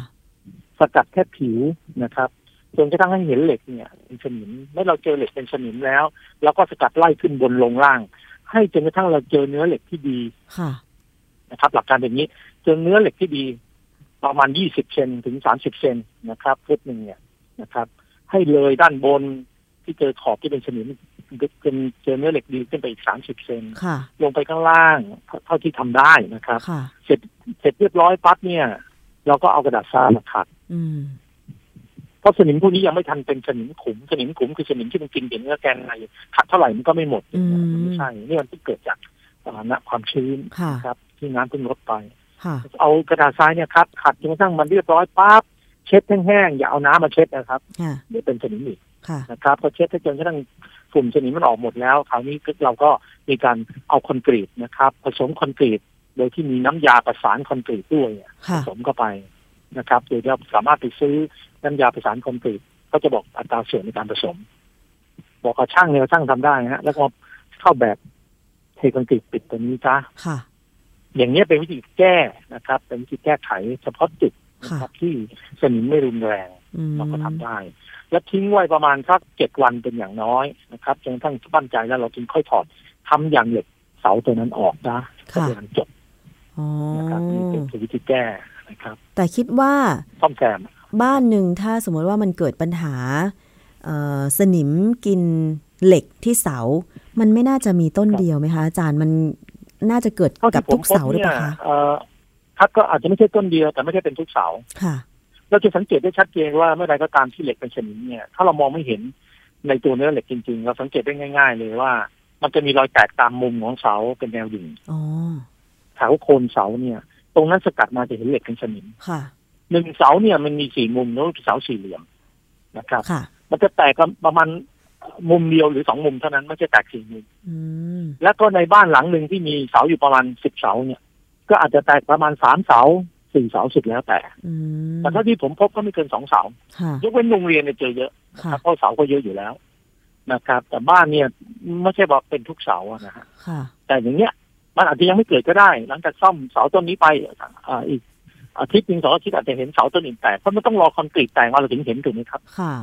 Speaker 2: สกัดแค่ผิวนะครับจนกระทั่งให้เห็นเหล็กเนี่ยเป็นสนิมเมื่อเราเจอเหล็กเป็นสนิมแล้วเราก็สกัดไล่ขึ้นบนลงล่าง ให้จนกระทั่งเราเจอเนื้อเหล็กที่ดี
Speaker 1: ค่ะ
Speaker 2: นะครับ หลักการแบบนี้เจอเนื้อเหล็กที่ดี ประมาณ 20เซนถึง 30เซนนะครับเซตหนึ่งเนี่ยนะครับ ให้เลยด้านบนที่เจอขอบที่เป็นสนิมเป็นเจอเนื้อเหล็กดีขึ้นไปอีก 30เซน
Speaker 1: ค่ะ
Speaker 2: ลงไปข้างล่างเท่าที่ทำได้นะครับ
Speaker 1: ค่ะ
Speaker 2: เสร็จเสร็จเรียบร้อยปั๊บเนี่ย เราก็เอากระดาษทรายมาขัด
Speaker 1: อืม
Speaker 2: เพราะสนิมพวกนี้ยังไม่ทันเป็นสนิมขุมสนิมขุมคือสนิมที่มันกินเดี๋ยวเนื้อแกงในขัดเท่าไหร่มันก็ไม่หมด
Speaker 1: อืม
Speaker 2: มันไม่ใช่นี่มันที่เกิดจากสถานะความชื้น
Speaker 1: ค่ะ
Speaker 2: นะครับที่น้ำเพิ่งลดไป
Speaker 1: ค่ะ
Speaker 2: เอากระดาษทรายเนี่ยครับขัดจนกระทั่งมันเรียบร้อยปั๊บเช็ดแห้งๆอย่าเอาน้ำมาเช็ดนะครับ
Speaker 1: ค่ะ
Speaker 2: เดี๋ยวเป็นสนิมอีก
Speaker 1: ค่ะ
Speaker 2: นะครับพอเช็ดให้จนกระทั่งฝุ่นสนิมมันออกหมดแล้วคราวนี้เราก็มีการเอาคอนกรีตนะครับ ผสมคอนกรีตโดยที่มีน้ำยาประสานคอนกรีตด้วย ผ
Speaker 1: ค่ะ
Speaker 2: สมเข้าไปนะครับโดยที่เราสามารถไปซื้อน้ำยาประสานคอนกรีตก็จะบอกอัตราส่วนในการผสม บอกกับช่างเนี่ยช่างทำได้นะฮะแล้วก็เข้าแบบเทคอนกรีตปิดตัวนี้จ้า
Speaker 1: ค่ะ
Speaker 2: อย่างเนี้ยเป็นวิธีแก้นะครับ เป็นวิธีแก้ไขเฉพาะจุดนะ
Speaker 1: ค่ะ
Speaker 2: ครับที่สนิมไม่รุนแรง
Speaker 1: อืม
Speaker 2: เราก็ทำได้ และทิ้งไว้ประมาณสักเจ็ดวันเป็นอย่างน้อยนะครับจนกระทั่งมั่นใจแล้วเราจึงค่อยถอดทำอย่างเหล็กเสาตัวนั้นออกนะก็
Speaker 1: ค่ะ
Speaker 2: เป็นอันจบ
Speaker 1: อ๋อ
Speaker 2: นะครับนี่เป็นวิธีแก้นะครับ
Speaker 1: แต่คิดว่า
Speaker 2: ซ่อมแซม
Speaker 1: บ้านหนึ่งถ้าสมมติว่ามันเกิดปัญหาเอ่อสนิมกินเหล็กที่เสา มันไม่น่าจะมีต้น
Speaker 2: ครับ
Speaker 1: เดียวไหมคะอาจารย์มันน่าจะเกิด
Speaker 2: เท่า
Speaker 1: กับ
Speaker 2: ที่ผ
Speaker 1: ทุ
Speaker 2: ม
Speaker 1: ก
Speaker 2: พบ
Speaker 1: เสาหรือ
Speaker 2: เนี่
Speaker 1: เป
Speaker 2: ย
Speaker 1: ล่าคะ
Speaker 2: เอ่อครับก็อาจจะไม่ใช่ต้นเดียวแต่ไม่ใช่เป็นทุกเสา
Speaker 1: ค่ะ
Speaker 2: เราจะสังเกตได้ชัดเจนว่าเมื่อใดก็ตามที่เหล็กเป็นสนิมเนี่ย ถ้าเรามองไม่เห็นในตัวเนื้อเหล็กจริงๆ เราสังเกตได้ง่าย ๆ เลยว่า มันจะมีรอยแตกตามมุมของเสาเป็นแนวดิ่ง
Speaker 1: อ๋อ
Speaker 2: แถวโคนเสาเนี่ย ตรงนั้นสกัดมาจะเห็นเหล็กเป็นสนิม
Speaker 1: ค่ะ
Speaker 2: หนึ่งเสาเนี่ยมันมีสี่มุมแล้วเสาสี่เหลี่ยมนะครับ
Speaker 1: ค่ะ
Speaker 2: มันจะแตกประมาณมุมเดียวหรือสองมุมเท่านั้นไม่ใช่แตกสี่มุม
Speaker 1: อืม
Speaker 2: แล้วก็ในบ้านหลังหนึ่งที่มีเสาอยู่ประมาณสิบเสาเนี่ย ก็อาจจะแตกประมาณสามเสา สี่เสาสุดแล้วแต่
Speaker 1: อืม
Speaker 2: แต่เท่าที่ผมพบก็ไม่เกินสองเสา
Speaker 1: ค่ะ
Speaker 2: ยกเว้นโรงเรียนเนี่ยเจอเยอะ
Speaker 1: ค่ะ
Speaker 2: เพราะเสาก็เยอะอยู่แล้วนะครับ แต่บ้านเนี่ยไม่ใช่บอกเป็นทุกเสาอะนะฮะ
Speaker 1: ค่ะ
Speaker 2: แต่อย่างเงี้ยมันอาจจะยังไม่เกิดก็ได้ หลังจากซ่อมเสาต้นนี้ไปอ่าอีกอาทิตย์หนึ่งสองอาทิตย์อาจจะเห็นเสาต้นอื่นแตกเพราะมันต้องรอคอนกรีตแตกมาเราถึงเห็นถูกไหมครับ
Speaker 1: ค่ะ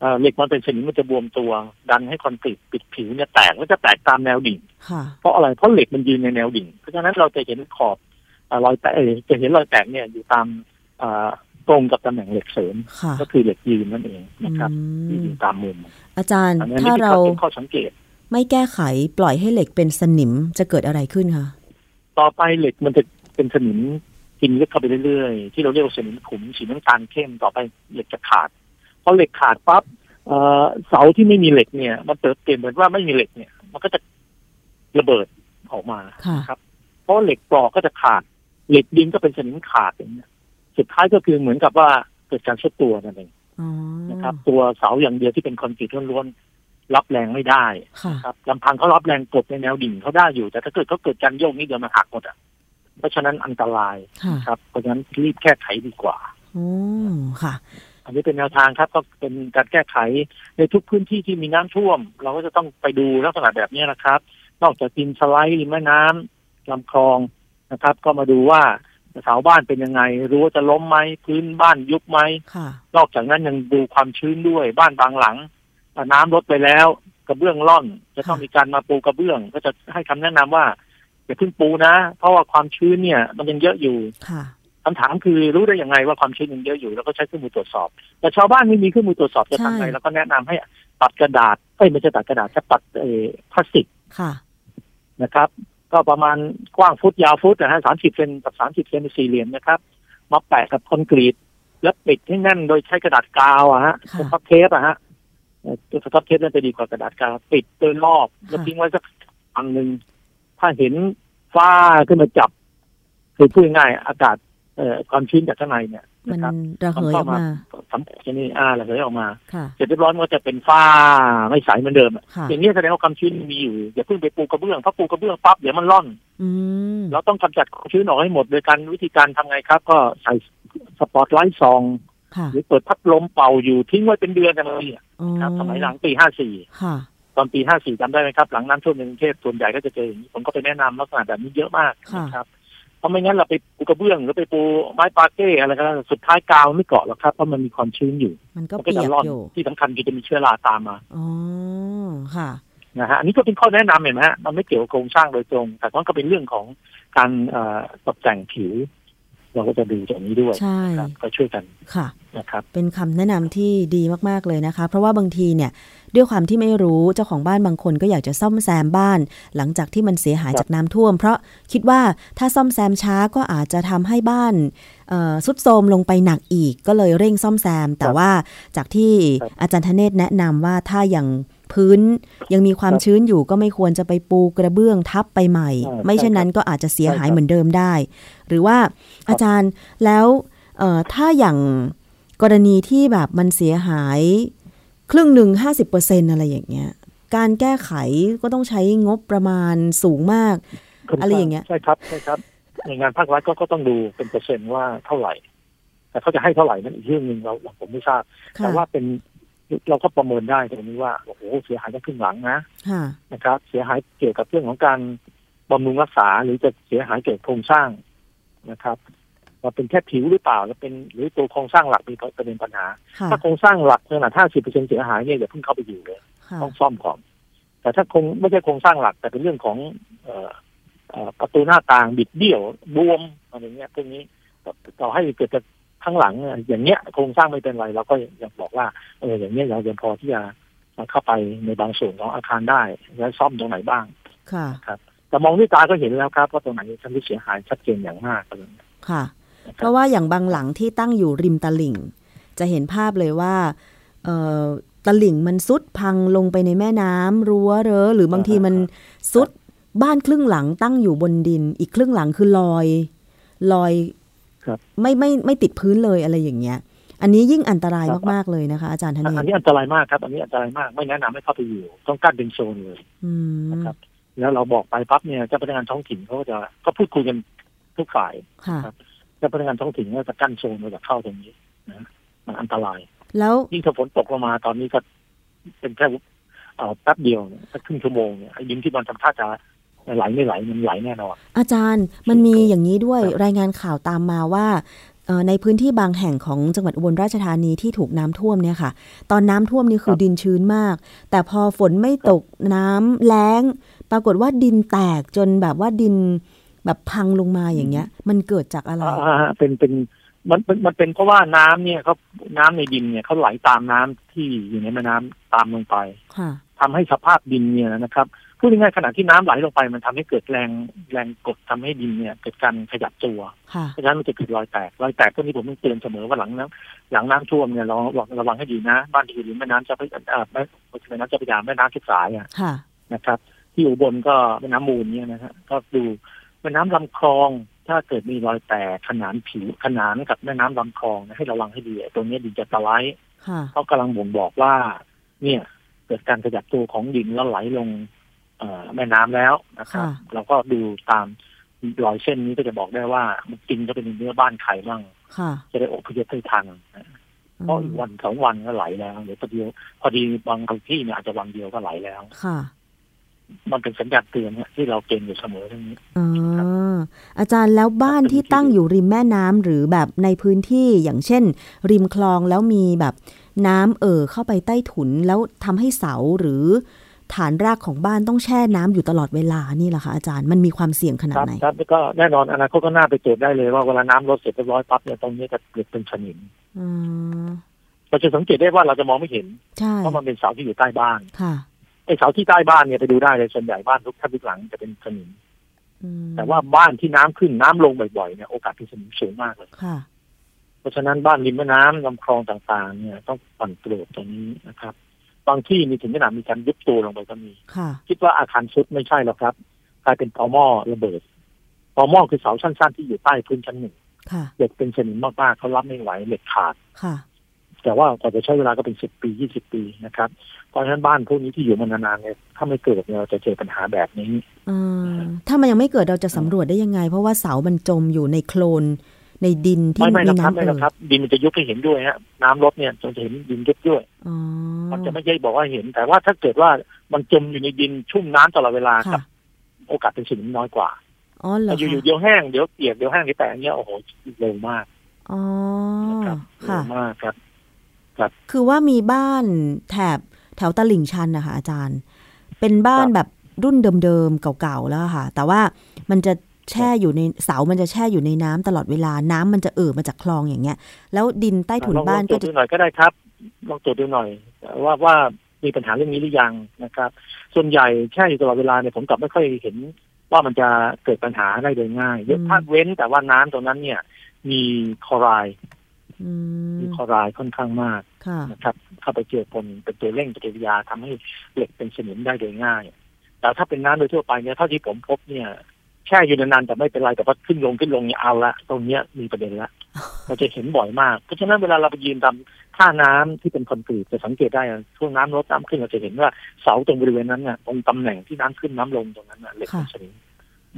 Speaker 2: เอ่อเหล็กมันเป็นสนิมมันจะบวมตัว ดันให้คอนกรีตปิดผิวเนี่ยแตกแล้วจะแตกตามแนวดิ่ง
Speaker 1: ค่ะ
Speaker 2: เพราะอะไรเพราะเหล็กมันยืนในแนวดิ่ง เพราะฉะนั้นเราจะเห็นขอบเอ่อรอยแตกเอ่อจะเห็นรอยแตกเนี่ยอยู่ตามเอ่อตรงกับตำแหน่งเหล็กเสริม
Speaker 1: ค่ะ
Speaker 2: ก็คือเหล็กยืนนั่นเองนะครับ
Speaker 1: อื
Speaker 2: ที่อ
Speaker 1: ม
Speaker 2: ยู่ตามมุม
Speaker 1: อาจารย์
Speaker 2: อันนี้
Speaker 1: ถ้า
Speaker 2: ที่
Speaker 1: เรา
Speaker 2: เขาเป็นข้อสังเกต
Speaker 1: ไม่แก้ไขปล่อยให้เหล็กเป็นสนิมจะเกิดอะไรขึ้นคะ
Speaker 2: ต่อไปเหล็กมันจะเป็นสนิมกินลึกเข้าไปเรื่อยๆ ที่เราเรียกว่าสนิมขุมสีน้ำตาลเข้มต่อไปเหล็กจะขาดพอเหล็กขาดปั๊บเอ่อเสาที่ไม่มีเหล็กเนี่ย มันเติบเต็มเหมือนว่าไม่มีเหล็กเนี่ย มันก็จะระเบิดออกมา
Speaker 1: ค่ะ
Speaker 2: ครับ เพราะเหล็กปลอกก็จะขาด เหล็กดินก็เป็นสนิมขาดอย่างเงี้ยสุดท้ายก็คือเหมือนกับว่าเกิดการชดตัวนั่นเอง
Speaker 1: อ๋อ
Speaker 2: นะครับ ตัวเสาอย่างเดียวที่เป็นคอนกรีตล้วนๆรับแรงไม่ได้
Speaker 1: ค่ะ
Speaker 2: ครับลำพังเขารับแรงกดในแนวดิ่งเขาได้อยู่ แต่ถ้าเกิดเขาเกิดการโยกนี่เดี๋ยวมันหักหมดอ่ะเพราะฉะนั้นอันตราย
Speaker 1: ค่ะ
Speaker 2: ครับ เพราะฉะนั้นรีบแก้ไขดีกว่า
Speaker 1: โอ้ค่ะ
Speaker 2: อันนี้เป็นแนวทางครับก็เป็นการแก้ไขในทุกพื้นที่ที่มีน้ำท่วม เราก็จะต้องไปดูลักษณะแบบนี้นะครับ นอกจากดินสไลด์ริมแม่น้ำลำคลองนะครับ ก็มาดูว่าเสาบ้านเป็นยังไงรั้วจะล้มไหมพื้นบ้านยุบไหม
Speaker 1: ค่ะ
Speaker 2: นอกจากนั้นยังดูความชื้นด้วยบ้านบางหลังน้ำลดไปแล้วกระเบื้องร่อน จะต้องมีการมาปูกระเบื้อง ก็จะให้คำแนะนำว่าอย่าเพิ่งปูนะ เพราะว่าความชื้นเนี่ย มันยังเยอะอยู่
Speaker 1: ค่ะ
Speaker 2: คำถามคือรู้ได้ยังไงว่าความชื้นยังเยอะอยู่แล้วก็ใช้เครื่องมือตรวจสอบ แต่ชาวบ้านไม่มีเครื่องมือตรวจสอบจะทำไง
Speaker 1: ใช่
Speaker 2: แล้วก็แนะนำให้ตัดกระดาษเอ้ยไม่ใช่ตัดกระดาษจะตัดเอ่อพลาสติก
Speaker 1: ค่ะ
Speaker 2: นะครับ ก็ประมาณกว้างฟุตยาวฟุตนะฮะสามสิบเซนกับสามสิบเซนเป็นสี่เหลี่ยมนะครับ มาแปะกับคอนกรีต แล้วปิดให้แน่นโดยใช้กระดาษกาวอะฮะ
Speaker 1: ค่ะ
Speaker 2: สครับเทปอะฮะเอ่อตัวสครับเทปนั่นจะดีกว่ากระดาษกาวปิดโดยรอบแล้วทิ้งไว้สักอันหนึ่งถ้าเห็นฝ้าขึ้นมาจับคือพูดง่ายๆอากาศเอ่อความชื้นจากข้างในเนี่ย
Speaker 1: มั
Speaker 2: นะ
Speaker 1: น
Speaker 2: ครับ
Speaker 1: ระเหยออกมา
Speaker 2: สัมผัสชนิดอ่าระเหยออกมา
Speaker 1: ค่ะ
Speaker 2: เสร็จเรียบร้อยมันก็จะเป็นฝ้าไม่ใสเหมือนเดิมอะ
Speaker 1: ค่ะ
Speaker 2: อย่างนี้แสดงว่าความชื้นมีอยู่อย่าเพิ่งไปปูกระเบื้องเพราะปูกระเบื้องปั๊บเดี๋ยวมันร่อน
Speaker 1: อืม
Speaker 2: เราต้องกำจัดความชื้นออกให้หมดโดยการวิธีการทำไงครับ ก็ใส่สปอตไลท์ซอง
Speaker 1: ค่ะ
Speaker 2: หรือเปิดพัดลมเป่าอยู่ทิ้งไว้เป็นเดือนอะไรอย่างเงี้ยครับ สมัยหลังปี 54
Speaker 1: ค่ะ
Speaker 2: ตอนปี 54จำได้ไหมครับ หลังน้ำท่วมในกรุงเทพส่วนใหญ่ก็จะเจออย่างนี้ผมก็ไปแนะนำลักษณะแบบนี้เยอะมาก
Speaker 1: ค่ะ
Speaker 2: นะครับเพราะไม่งั้นเราไปปูกระเบื้องหรือไปปูไม้ปาเก้อะไรก็แล้วแต่สุดท้ายกาวไม่เกาะหรอกครับเพราะมันมีความชื้นอยู่
Speaker 1: มันก็
Speaker 2: มันก็
Speaker 1: เปี
Speaker 2: จะ
Speaker 1: ยก
Speaker 2: ร่อน
Speaker 1: อยู่
Speaker 2: ที่สำคัญคือจะมีเชื้อราตามมา
Speaker 1: อ๋อ ค่ะ
Speaker 2: นะฮะอันนี้ก็เป็นข้อแนะนำเห็นไหมฮะมันไม่เกี่ยวกับโครงสร้างโดยตรง แต่มันก็เป็นเรื่องของการเอ่อตกแต่งผิว เราก็จะดูจากนี้ด้วย
Speaker 1: ใช่
Speaker 2: ครับก็ช่วยกัน
Speaker 1: ค่ะ
Speaker 2: นะครับ
Speaker 1: เป็นคำแนะนำที่ดีมากๆเลยนะคะ เพราะว่าบางทีเนี่ย ด้วยความที่ไม่รู้เจ้าของบ้านบางคนก็อยากจะซ่อมแซมบ้าน หลังจากที่มันเสียหาย
Speaker 2: ครับ
Speaker 1: จากน้ำท่วม เพราะคิดว่าถ้าซ่อมแซมช้าก็อาจจะทำให้บ้านเอ่อสุดโทรมลงไปหนักอีก ก็เลยเร่งซ่อมแซม แต่ว่าจากที่อาจารย์ธเนศแนะนำว่าถ้าอย่างพื้นยังมีความชื้นอยู่ก็ไม่ควรจะไปปูกระเบื้องทับไปใหม่ ไม่เช่นนั้นก็อาจจะเสียหายเหมือนเดิมได้ หรือว่าอาจารย์แล้วเอ่อถ้าอย่างกรณีที่แบบมันเสียหาย ครึ่งหนึ่งห้าสิบเปอร์เซ็นอะไรอย่างเงี้ย การแก้ไขก็ต้องใช้งบประมาณสูงมาก อะไรอย่างเงี้ย
Speaker 2: ใช่ครับใช่ครับหน่วยงานภาครัฐก็ก็ต้องดูเป็นเปอร์เซ็นต์ว่าเท่าไหร่ แต่เขาจะให้เท่าไหร่นั่นอีกเรื่องหนึ่งเราเราผมไม่ทราบ
Speaker 1: ค่ะ
Speaker 2: แต่ว่าเป็นเราก็ประเมินได้ตรงนี้ว่าโอ้โหเสียหายทั้งครึ่งหลังนะ
Speaker 1: ค่ะ
Speaker 2: นะครับเสียหายเกี่ยวกับเรื่องของการบำรุงรักษาหรือจะเสียหายเกี่ยวกับโครงสร้างนะครับว่าเป็นแค่ผิวหรือเปล่าแล้วเป็นหรือตัวโครงสร้างหลักมีประเด็นปัญหา
Speaker 1: ค่ะ
Speaker 2: ถ้าโครงสร้างหลักขนาด 50%เสียหายเนี่ยอย่าเพิ่งเข้าไปอยู่เลย
Speaker 1: ค่ะ
Speaker 2: ต้องซ่อมก่อนแต่ถ้าคงไม่ใช่โครงสร้างหลัก แต่เป็นเรื่องของเอ่อเอ่อประตูหน้าต่างบิดเบี้ยวบวมอะไรเงี้ยพวกนี้ต่อให้เกิดจากข้างหลังเนี่ยอย่างเงี้ยโครงสร้างไม่เป็นไรเราก็ยังบอกว่าเอออย่างเงี้ยเรายังพอที่จะเข้าไปในบางส่วนของอาคารได้และซ่อมตรงไหนบ้าง
Speaker 1: ค่ะ
Speaker 2: แต่มองด้วยตาก็เห็นแล้วครับว่าตรงไหนทำให้เสียหายชัดเจนอย่างมากเลย
Speaker 1: ค่ะ
Speaker 2: นะครับ
Speaker 1: เพราะว่าอย่างบางหลังที่ตั้งอยู่ริมตลิ่ง จะเห็นภาพเลยว่าเอ่อตลิ่งมันซุดพังลงไปในแม่น้ำรั้วเรอหรือบางทีมันซุดบ้านครึ่งหลังตั้งอยู่บนดิน อีกครึ่งหลังคือลอยลอย
Speaker 2: ครับ
Speaker 1: ไม่ไม่ไม่ติดพื้นเลยอะไรอย่างเงี้ย อันนี้ยิ่งอันตรายมากๆเลยนะคะ อาจารย์ธเน
Speaker 2: อัน
Speaker 1: ศ
Speaker 2: นี้อันตรายมากครับ อันนี้อันตรายมากไม่แนะนำให้เข้าไปอยู่ ต้องกั้นเป็นโซนเลย
Speaker 1: อืม
Speaker 2: นะครับ แล้วเราบอกไปปั๊บเนี่ยเจ้าพนักงานท้องถิ่นเขาก็จะก็พูดคุยกันทุกฝ่าย
Speaker 1: ค่ะ
Speaker 2: ครับ เจ้าพนักงานท้องถิ่นก็จะกั้นโซนเราจะเข้าตรงนี้นะมันอันตราย
Speaker 1: แล้ว
Speaker 2: ยิ่งถ้าฝนตกลงมาตอนนี้ก็เป็นแค่เอ่อแป๊บเดียวเนี่ยสักครึ่งชั่วโมงเนี่ยไอ้ดินที่มันทำท่าจะไหลไม่ไหลมันไหลแน่นอน
Speaker 1: อาจารย์มันมีอย่างนี้ด้วย
Speaker 2: ครับ
Speaker 1: รายงานข่าวตามมาว่าเอ่อในพื้นที่บางแห่งของจังหวัดอุบลราชธานีที่ถูกน้ำท่วมเนี่ยค่ะ ตอนน้ำท่วมนี่คือดินชื้นมาก แต่พอฝนไม่ตกน้ำแล้ง ปรากฏว่าดินแตกจนแบบว่าดินแบบพังลงมาอย่างเงี้ย มันเกิดจากอะไร
Speaker 2: อ่าเป็นเป็นมันเป็นมันเป็นเพราะว่าน้ำเนี่ยเขาน้ำในดินเนี่ยเขาไหลตามน้ำที่อยู่ในแม่น้ำตามลงไป
Speaker 1: ค่ะ
Speaker 2: ทำให้สภาพดินเนี่ยนะครับพูดง่ายๆขณะที่น้ำไหลลงไป มันทำให้เกิดแรงแรงกดทำให้ดินเนี่ยเกิดการขยับตัว
Speaker 1: ค่ะ
Speaker 2: เพราะฉะนั้นมันจะเกิดรอยแตกรอยแตกพวกนี้ผมต้องเตือนเสมอว่าหลังน้ำหลังน้ำท่วมเนี่ยเราระวังระวังให้ดีนะ บ้านที่อยู่ริมแม่น้ำเจ้าพระยาเอ่อแม่แม่น้ำเจ้าพระยาแม่น้ำทุกสายอะ
Speaker 1: ค่ะ
Speaker 2: นะครับ ที่อุบลก็แม่น้ำมูลเนี่ยนะฮะก็ดูแม่น้ำลำคลองถ้าเกิดมีรอยแตกขนานผิวขนานกับแม่น้ำลำคลองนะให้ระวังให้ดีไอ้ตรงเนี้ยดินจะสไลด์
Speaker 1: ค่ะ
Speaker 2: เขากำลังบ่งบอกว่า เนี่ย เกิดการขยับตัวของดินแล้วไหลลง เอ่อแม่น้ำแล้วนะครับ
Speaker 1: ค่ะ
Speaker 2: เราก็ดูตามรอยเส้นนี้ก็จะบอกได้ว่ามันกินก็เป็นเนื้อบ้านใครบ้าง
Speaker 1: ค่ะ
Speaker 2: จะได้อพยพให้ทันนะ
Speaker 1: อื
Speaker 2: เพราะ
Speaker 1: ม
Speaker 2: อีกวันสองวันก็ไหลแล้วเดี๋ยวพอดีพอดีบางที่เนี่ยอาจจะวันเดียวก็ไหลแล้ว
Speaker 1: ค่ะ
Speaker 2: มันเป็นสัญญาณเตือนเนี่ยที่เราเกณฑ์อยู่เสมอเรื่องนี้
Speaker 1: อ๋ออาจารย์แล้วบ้านที่ตั้งอยู่ริมแม่น้ำหรือแบบในพื้นที่อย่างเช่น ริมคลองแล้วมีแบบน้ำเอ่อเข้าไปใต้ถุนแล้วทำให้เสาหรือ ฐานรากของบ้านต้องแช่น้ำอยู่ตลอดเวลานี่แหละค่ะอาจารย์มันมีความเสี่ยงขนาด
Speaker 2: ครับ
Speaker 1: ไหน
Speaker 2: ครับแล้วก็แน่นอนอนาคตก็น่าไปตรวจได้เลยว่าเวลาน้ำลดเสร็จเรียบร้อยปั๊บเนี่ยตรงนี้จะเกิดเป็นสนิม
Speaker 1: อ๋อ
Speaker 2: เราจะสังเกตได้ว่าเราจะมองไม่เห็น
Speaker 1: ใช่
Speaker 2: เพราะมันเป็นเสาที่อยู่ใต้บ้าน
Speaker 1: ค่ะ
Speaker 2: ไอ้เสาที่ใต้บ้านเนี่ยไปดูได้เลยส่วนใหญ่บ้านทุกท่านทุกหลังจะเป็นสนิม
Speaker 1: อืม
Speaker 2: แต่ว่าบ้านที่น้ำขึ้นน้ำลงบ่อยๆเนี่ยโอกาสเป็นสนิมสูงมากเลย
Speaker 1: ค่ะ
Speaker 2: เพราะฉะนั้นบ้านริมแม่น้ำลำคลองต่างๆ เนี่ยต้องปั่นตรวจตรงนี้นะครับ บางที่มีถึงขนาดมีการยุบตัวลงไปก็มี
Speaker 1: ค่ะ
Speaker 2: คิดว่าอาคารชุดไม่ใช่หรอกครับกลายเป็นตอหมอระเบิดตอหมอคือเสาสั้นๆ ที่อยู่ใต้พื้นชั้นหนึ่ง
Speaker 1: ค่ะ
Speaker 2: เหล็กเป็นสนิมมากๆเขารับไม่ไหวเหล็กขาด
Speaker 1: ค่ะ
Speaker 2: แต่ว่ากว่าจะใช้เวลาก็เป็นสิบปียี่สิบปีนะครับเพราะฉะนั้นบ้านพวกนี้ที่อยู่มานานๆเนี่ยถ้าไม่เกิดเนี่ยเราจะเจอปัญหาแบบนี้
Speaker 1: เอ่อถ้ามันยังไม่เกิดเราจะสำรวจได้ยังไง เพราะว่าเสามันจมอยู่ในโคลน ในดินที่
Speaker 2: ไม่ไม่
Speaker 1: มี
Speaker 2: นะครับ
Speaker 1: น้ำ
Speaker 2: ไม่
Speaker 1: เอ่
Speaker 2: นะค
Speaker 1: อ
Speaker 2: รั
Speaker 1: บ
Speaker 2: ดินมันจะยุบให้เห็นด้วยฮะน้ำลดเนี่ยจนจะเห็นดินยุบด้วย
Speaker 1: อ๋อ
Speaker 2: มันจะไม่ใช่บอกว่าเห็น แต่ว่าถ้าเกิดว่ามันจมอยู่ในดินชุ่มน้ำตลอดเวลา
Speaker 1: ค่ะ
Speaker 2: กับโอกาสเป็นสนิมน้อยกว่า
Speaker 1: อ๋อเหรอ
Speaker 2: แต่
Speaker 1: คะ
Speaker 2: อยู่ๆเดี๋ยวแห้งเดี๋ยวเปียกเดี๋ยวแห้งเดี๋ยวแตกอย่างเงี้ยโอ้โหเร็วมาก
Speaker 1: อ๋อ
Speaker 2: นะครับเร็
Speaker 1: ค่ะ
Speaker 2: วมากครับ
Speaker 1: คือว่ามีบ้านแถบแถวตลิ่งชันนะคะอาจารย์ เป็นบ้าน
Speaker 2: ครับ
Speaker 1: แบบรุ่นเดิมๆเก่าๆแล้วอะค่ะ แต่ว่ามันจะแช่อยู่ในเสา มันจะแช่อยู่ในน้ำตลอดเวลา น้ำมันจะเอ่อมาจากคลองอย่างเงี้ย แล้วดินใต้ถุน
Speaker 2: ลอง
Speaker 1: บ้าน
Speaker 2: ลองตร
Speaker 1: ก็
Speaker 2: วจ
Speaker 1: จะ
Speaker 2: ดูหน่อยก็ได้ครับลองตรวจดูหน่อย ว่าว่ามีปัญหาเรื่องนี้หรือยังนะครับ ส่วนใหญ่แช่อยู่ตลอดเวลาเนี่ยผมกลับไม่ค่อยเห็น ว่ามันจะเกิดปัญหาได้โดยง่ายยก
Speaker 1: อืม
Speaker 2: ถ้าเว้นแต่ว่าน้ำตรงนั้นเนี่ย มีคลอไรด์
Speaker 1: อืม
Speaker 2: มีคลอไรด์ค่อนข้างมาก
Speaker 1: ค่ะ
Speaker 2: นะครับ เข้าไปเจือปนเป็นตัวเร่งปฏิกิริยาทำให้เหล็กเป็นสนิมได้โดยง่าย แต่ถ้าเป็นน้ำโดยทั่วไปเนี่ยเท่าที่ผมพบเนี่ย แช่อยู่นานๆแต่ไม่เป็นไรแต่พอขึ้นลงขึ้นลงเนี่ยเอาละตรงเนี้ยมีประเด็นละ เราจะเห็นบ่อยมาก เพราะฉะนั้นเวลาเราไปยืนตามท่าน้ำที่เป็นคอนกรีตจะสังเกตได้นะช่วงน้ำลดน้ำขึ้นเราจะเห็นว่าเสาตรงบริเวณนั้นน่ะตรงตำแหน่งที่น้ำขึ้นน้ำลงตรงนั้นน่ะเหล็ก
Speaker 1: ค่ะ
Speaker 2: เป็นสนิม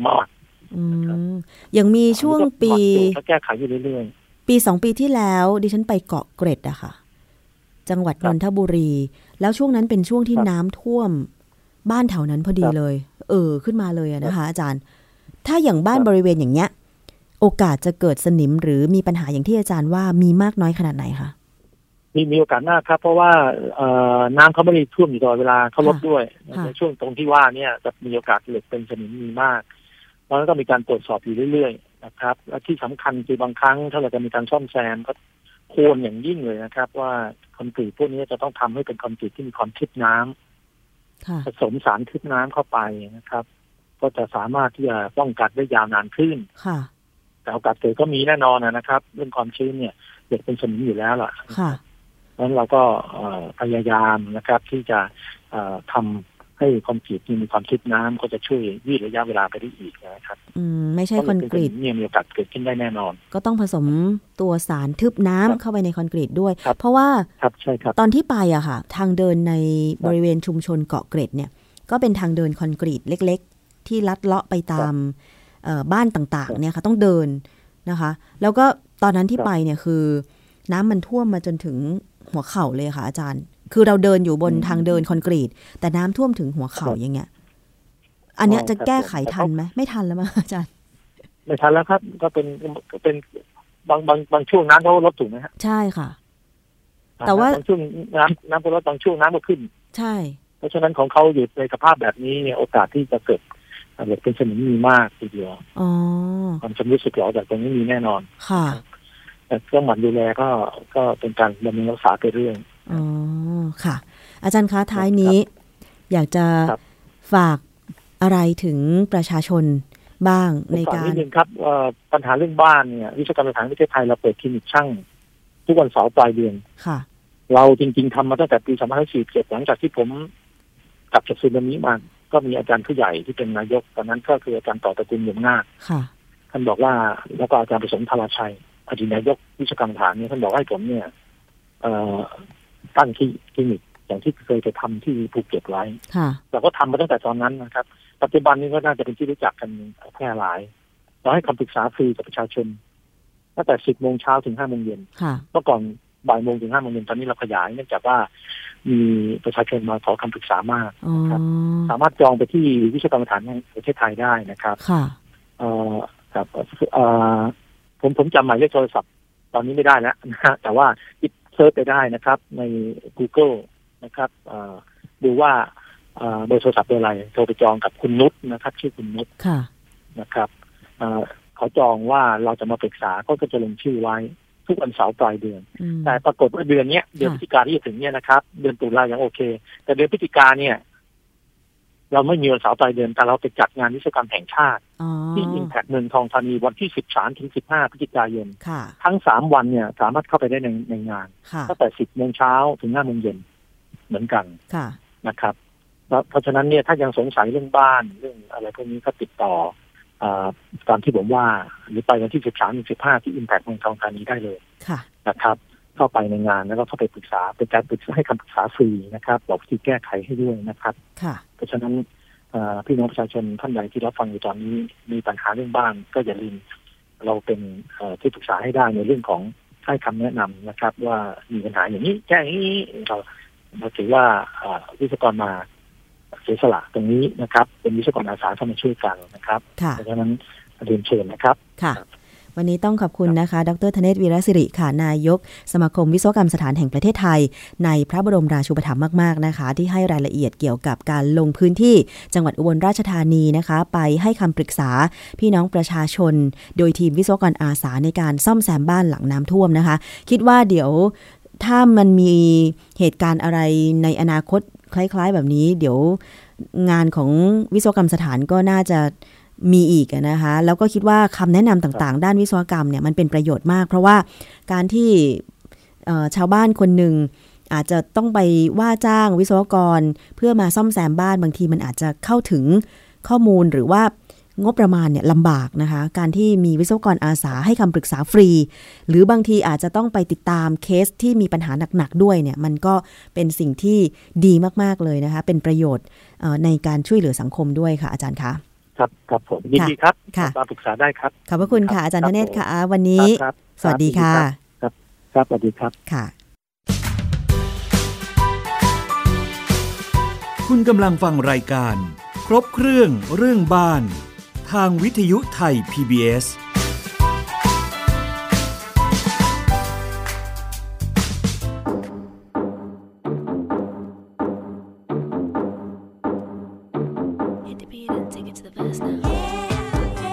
Speaker 2: มาก
Speaker 1: อืมอย่างมีช่วงปี
Speaker 2: ก็แก้ไขอยู่เรื่อย
Speaker 1: ปีสองปีที่แล้วดิฉันไปเกาะเกร็ดอะค่ะ จังหวัด
Speaker 2: คน รับ
Speaker 1: นทบุรี แล้วช่วงนั้นเป็นช่วงที่
Speaker 2: ครับ
Speaker 1: น้ำท่วม บ้านแถวนั้นพอดี
Speaker 2: ครับ
Speaker 1: เลย เออ ขึ้นมาเลยอะนะ
Speaker 2: ครั
Speaker 1: คะ
Speaker 2: บ
Speaker 1: อาจารย์ ถ้าอย่างบ้าน
Speaker 2: ครับ
Speaker 1: บริเวณอย่างเนี้ย โอกาสจะเกิดสนิมหรือมีปัญหาอย่างที่อาจารย์ว่ามีมากน้อยขนาดไหนคะ
Speaker 2: ๆมีมีโอกาสมากครับ เพราะว่าเอ่อน้ำเขาไม่ได้ท่วมอยู่ตลอดเวลาเขาลด
Speaker 1: ค่ะ
Speaker 2: ด้วย
Speaker 1: ค่ะ
Speaker 2: ในช่วงตรงที่ว่าเนี่ยจะมีโอกาสเหล็กเป็นสนิมมีมาก เพราะฉะนั้นก็มีการตรวจสอบอยู่เรื่อยๆนะครับ และที่สำคัญคือบางครั้งถ้าเราจะมีการซ่อมแซมก็ควรอย่างยิ่งเลยนะครับ ว่าคอนกรีตพวกนี้จะต้องทำให้เป็นคอนกรีตที่มีความทึบน้ำ
Speaker 1: ค่ะ
Speaker 2: ผสมสารทึบน้ำเข้าไปนะครับ ก็จะสามารถที่จะป้องกันได้ยาวนานขึ้น
Speaker 1: ค่ะ
Speaker 2: แต่โอกาสเกิดก็มีแน่นอนนะครับ เรื่องความชื้นเนี่ยเด็กเป็นสนิมอยู่แล้วล่ะ
Speaker 1: ค่ะ
Speaker 2: เพราะฉะนั้นเราก็เอ่อพยายามนะครับ ที่จะเอ่อทำให้คอนกรีตมีความทึบน้ำก็จะช่วยยืดระยะเวลาไปได้อีกนะครับ
Speaker 1: อืมไม่ใช่คอนกรีต
Speaker 2: เพาะเหล็เป็นสมเนี่ยมีโอกาสเกิดขึ้นได้แน่นอน
Speaker 1: ก็ต้องผสมตัวสารทึบน้ำ
Speaker 2: ครับ
Speaker 1: เข้าไปในคอนกรีตด้วย
Speaker 2: ครับ
Speaker 1: เพราะว่า
Speaker 2: ครับใช่ครับ
Speaker 1: ตอนที่ไปอะค่ะ ทางเดินในบริเวณชุมชนเกาะเกร็ดเนี่ย ก็เป็นทางเดินคอนกรีตเล็ก ๆ ที่ลัดเลาะไปตามเอ่อบ้านต่าง
Speaker 2: ครั
Speaker 1: ๆ
Speaker 2: บ
Speaker 1: เนี่ยค่ะ ต้องเดิน นะคะ แล้วก็ตอนนั้นที่
Speaker 2: ครับ
Speaker 1: ไปเนี่ยคือ น้ำมันท่วมมาจนถึงหัวเข่าเลยค่ะ อาจารย์ คือเราเดินอยู่บนทางเดินคอนกรีต แต่น้ำท่วมถึงหัวเข่าอย่างเงี้ย อันเนี้ยจะแก้ไขทันไหมไม่ทันแล้วมั้งอาจารย์
Speaker 2: ไม่ทันแล้วครับ ก็เป็นเป็นบางบางบางช่วงน้ำเขาลดถูกไหมฮะ
Speaker 1: ใช่ค่ะ แต่ว่า
Speaker 2: บางช่วงน้ำน้ำก็ลดบางช่วงน้ำก็ขึ้น
Speaker 1: ใช่
Speaker 2: เพราะฉะนั้นของเขาอยู่ในสภาพแบบนี้เนี่ยโอกาสที่จะเกิดเหล็กเป็นสนิมมีมากทีเดียว
Speaker 1: อ๋อ
Speaker 2: ความชำรุดสึกหรอจากตรงนี้มีแน่นอน
Speaker 1: ค่ะ
Speaker 2: แต่เครื่องหมั่นดูแลก็ก็เป็นการดำเนินรักษาไปเรื่อง
Speaker 1: อ๋อ ค่ะ อาจารย์คะท้ายนี้ อยากจะ
Speaker 2: ครับ
Speaker 1: ฝากอะไรถึงประชาชนบ้างใน
Speaker 2: ฝ
Speaker 1: การ
Speaker 2: นิดนึงครับเอ่อปัญหาเรื่องบ้านเนี่ยวิศวกรรมสถานประเทศไทยเราเปิดคลินิกช่าง ทุกวันเสาร์ปลายเดือน
Speaker 1: ค่ะ
Speaker 2: เราจริง ๆทำมาตั้งแต่ปี2547หลังจากที่ผมกลับจากซูนามิมาก็มีอาจารย์ผู้ใหญ่ที่เป็นนายกตอนนั้นก็คืออาจารย์ต่อตระกูลเหลี่ยมนาค
Speaker 1: ค่ะ
Speaker 2: ท่านบอกว่าแล้วก็อาจารย์ประสงค์พลาชัยอดีตนายกวิศวกรรมสถานเนี่ยท่านบอกให้ผมเนี่ย เอ่อตั้งที่คลินิกอย่างที่เคยจะทำที่ภูเก็ตไว้
Speaker 1: ค่ะ
Speaker 2: เราก็ทำมาตั้งแต่ตอนนั้นนะครับ ปัจจุบันนี้ก็น่าจะเป็นที่รู้จักกันแพร่หลาย เราให้คำปรึกษาฟรีกับประชาชนตั้งแต่ 10 โมงเช้าถึง 5 โมงเย็น
Speaker 1: ค่ะ
Speaker 2: เมื่อก่อนบ่ายโมงถึง 5 โมงเย็นตอนนี้เราขยายเนื่องจากว่ามีประชาชนมาขอคำปรึกษามาก
Speaker 1: อ๋อ
Speaker 2: สามารถจองไปที่วิชากรรมฐานแห่งประเทศไทยได้นะครับ
Speaker 1: ค่ะ
Speaker 2: เอ่อครับเอ่อผมผมจำหมายเลขโทรศัพท์ ตอนนี้ไม่ได้แล้วนะฮะแต่ว่าเซิร์ชไปได้นะครับ ใน Google นะครับเอ่อดูว่าเอ่อเบอร์โทรศัพท์เบอร์อะไรโทรไปจองกับคุณนุชนะครับ ชื่อคุณนุช
Speaker 1: ค่ะ
Speaker 2: นะครับเอ่อเขาจองว่าเราจะมาปรึกษาเขาก็จะลงชื่อไว้ ทุกวันเสาร์ปลายเดือน
Speaker 1: อืม
Speaker 2: แต่ปรากฏว่าเดือนเนี้ยเดือนพฤศจิกาที่จะถึงเนี่ยนะครับ เดือนตุลายังโอเค แต่เดือนพฤศจิกาเนี่ย เราไม่มีวันเสาร์ปลายเดือนแต่เราไปจัดงานวิศวกรรมแห่งชาติ
Speaker 1: อ๋อ
Speaker 2: ที่ Impact เมืองทองธานีวันที่ 13 ถึง 15 พฤศจิกายน
Speaker 1: ค่ะ
Speaker 2: ทั้ง 3 วันเนี่ย สามารถเข้าไปได้ในในงาน
Speaker 1: ค่ะ
Speaker 2: ตั้งแต่ 10 โมงเช้าถึง 5 โมงเย็นเหมือนกัน
Speaker 1: ค่ะ
Speaker 2: นะครับแล้วเพราะฉะนั้นเนี่ยถ้ายังสงสัยเรื่องบ้านเรื่องอะไรพวกนี้ก็ติดต่ออาตามที่ผมว่า หรือไปวันที่ 13 ถึง 15 ที่ Impact เมืองทองธานีได้เลย
Speaker 1: ค่ะ
Speaker 2: นะครับ เข้าไปในงานแล้วก็เข้าไปปรึกษาเป็นการปรึกษาให้คำปรึกษาฟรีนะครับบอกวิธีแก้ไขให้ด้วยนะครับ
Speaker 1: ค่ะ
Speaker 2: เพราะฉะนั้นเอ่อพี่น้องประชาชนท่านใดที่รับฟังอยู่ตอนนี้มีปัญหาเรื่องบ้านก็อย่าลืมเราเป็นเอ่อที่ปรึกษาให้ได้ในเรื่องของให้คำแนะนำนะครับ ว่ามีปัญหาอย่างนี้แก้อย่างนี้เราเราถือว่าเอ่อวิศวกรมาเสียสละตรงนี้นะครับ เป็นวิศวกรอาสาเข้ามาช่วยกันนะครับ
Speaker 1: ค่ะ
Speaker 2: เพราะฉะนั้นเรียนเชิญนะครับ
Speaker 1: ค่ะ
Speaker 2: ครับ
Speaker 1: วันนี้ต้องขอบคุณนะคะ ดรธเนศวีรศิริค่ะ นายก สมาคมวิศวกรรมสถานแห่งประเทศไทย ในพระบรมราชูปถัมภ์มาก ๆ นะคะ ที่ให้รายละเอียดเกี่ยวกับการลงพื้นที่จังหวัดอุบลราชธานีนะคะ ไปให้คำปรึกษาพี่น้องประชาชน โดยทีมวิศวกรอาสาในการซ่อมแซมบ้านหลังน้ำท่วมนะคะ คิดว่าเดี๋ยวถ้ามันมีเหตุการณ์อะไรในอนาคตคล้าย ๆ แบบนี้ เดี๋ยวงานของวิศวกรรมสถานก็น่าจะ มีอีกอะนะคะ แล้วก็คิดว่าคำแนะนำต่างๆ ด้านวิศวกรรมเนี่ยมันเป็นประโยชน์มาก เพราะว่าการที่เอ่อชาวบ้านคนหนึ่งอาจจะต้องไปว่าจ้างวิศวกร เพื่อมาซ่อมแซมบ้านบางทีมันอาจจะเข้าถึงข้อมูลหรือว่างบประมาณเนี่ยลำบากนะคะ การที่มีวิศวกรอาสาให้คำปรึกษาฟรี หรือบางทีอาจจะต้องไปติดตามเคสที่มีปัญหาหนักๆด้วยเนี่ยมันก็เป็นสิ่งที่ดีมากๆเลยนะคะ เป็นประโยชน์เอ่อในการช่วยเหลือสังคมด้วยค่ะอาจารย์คะ
Speaker 2: ครับ ครับผมยินดีครับ
Speaker 1: ค่ะ
Speaker 2: มาปรึกษาได้ครับ
Speaker 1: ขอบพระคุณค่ะอาจารย์ธเนศค่ะ วัน
Speaker 2: ครั
Speaker 1: นี้
Speaker 2: บครับ
Speaker 1: สวัสดีค่ะ
Speaker 2: ครับครับสวัสดีครับ
Speaker 1: ค่ะ
Speaker 3: คุณกำลังฟังรายการ ครบเครื่องเรื่องบ้าน ทางวิทยุไทย PBS
Speaker 4: Hit the beat and take it to the verse now.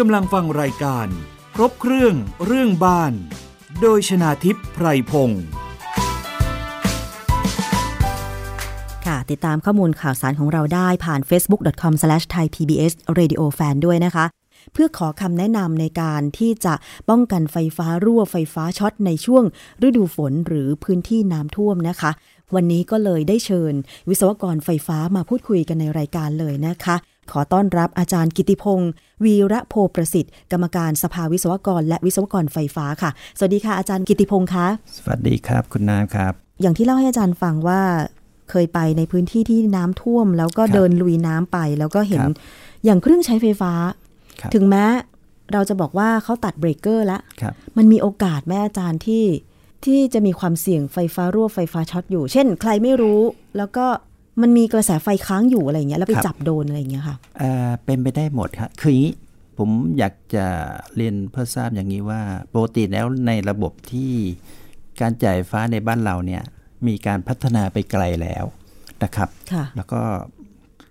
Speaker 3: กำลังฟังรายการ ครบเครื่องเรื่องบ้าน โดยชนาทิพย์ไพรพงศ์
Speaker 1: ค่ะ ติดตามข้อมูลข่าวสารของเราได้ผ่าน facebook.com/thaipbsradiofan ด้วยนะคะ เพื่อขอคำแนะนำในการที่จะป้องกันไฟฟ้ารั่วไฟฟ้าช็อตในช่วงฤดูฝนหรือพื้นที่น้ำท่วมนะคะ วันนี้ก็เลยได้เชิญ วิศวกรไฟฟ้ามาพูดคุยกันในรายการเลยนะคะ ขอต้อนรับอาจารย์กิติพงศ์วีระโพประสิทธิ์ กรรมการสภาวิศวกร และวิศวกรไฟฟ้าค่ะ สวัสดีค่ะอาจารย์กิติพงศ์คะ
Speaker 5: สวัสดีครับคุณน้ำครับ
Speaker 1: อย่างที่เล่าให้อาจารย์ฟังว่าเคยไปในพื้นที่ที่น้ำท่วม แล้วก็
Speaker 5: ครับ
Speaker 1: เดินลุยน้ำไป แล้วก็เห็น
Speaker 5: ครับ
Speaker 1: อย่างเครื่องใช้ไฟฟ้า
Speaker 5: ครับ
Speaker 1: ถึงแม้เราจะบอกว่าเขาตัดเบรกเกอร์แล้ว
Speaker 5: ครับ
Speaker 1: มันมีโอกาสแม่อาจารย์ที่ที่จะมีความเสี่ยงไฟฟ้ารั่วไฟฟ้าช็อตอยู่ เช่น ใครไม่รู้ แล้วก็มันมีกระแสไฟค้างอยู่อะไรอย่างเงี้ยแล้วไปจับโดนอะไรอย่างเงี้ยค่ะ
Speaker 5: เอ่อเป็นไปได้หมดครับคืออย่างนี้ผมอยากจะเรียนเพื่อทราบอย่างนี้ว่าปกติแล้วในระบบที่การจ่ายไฟฟ้าในบ้านเราเนี่ยมีการพัฒนาไปไกลแล้วนะครับ
Speaker 1: ค่ะ
Speaker 5: แล้วก็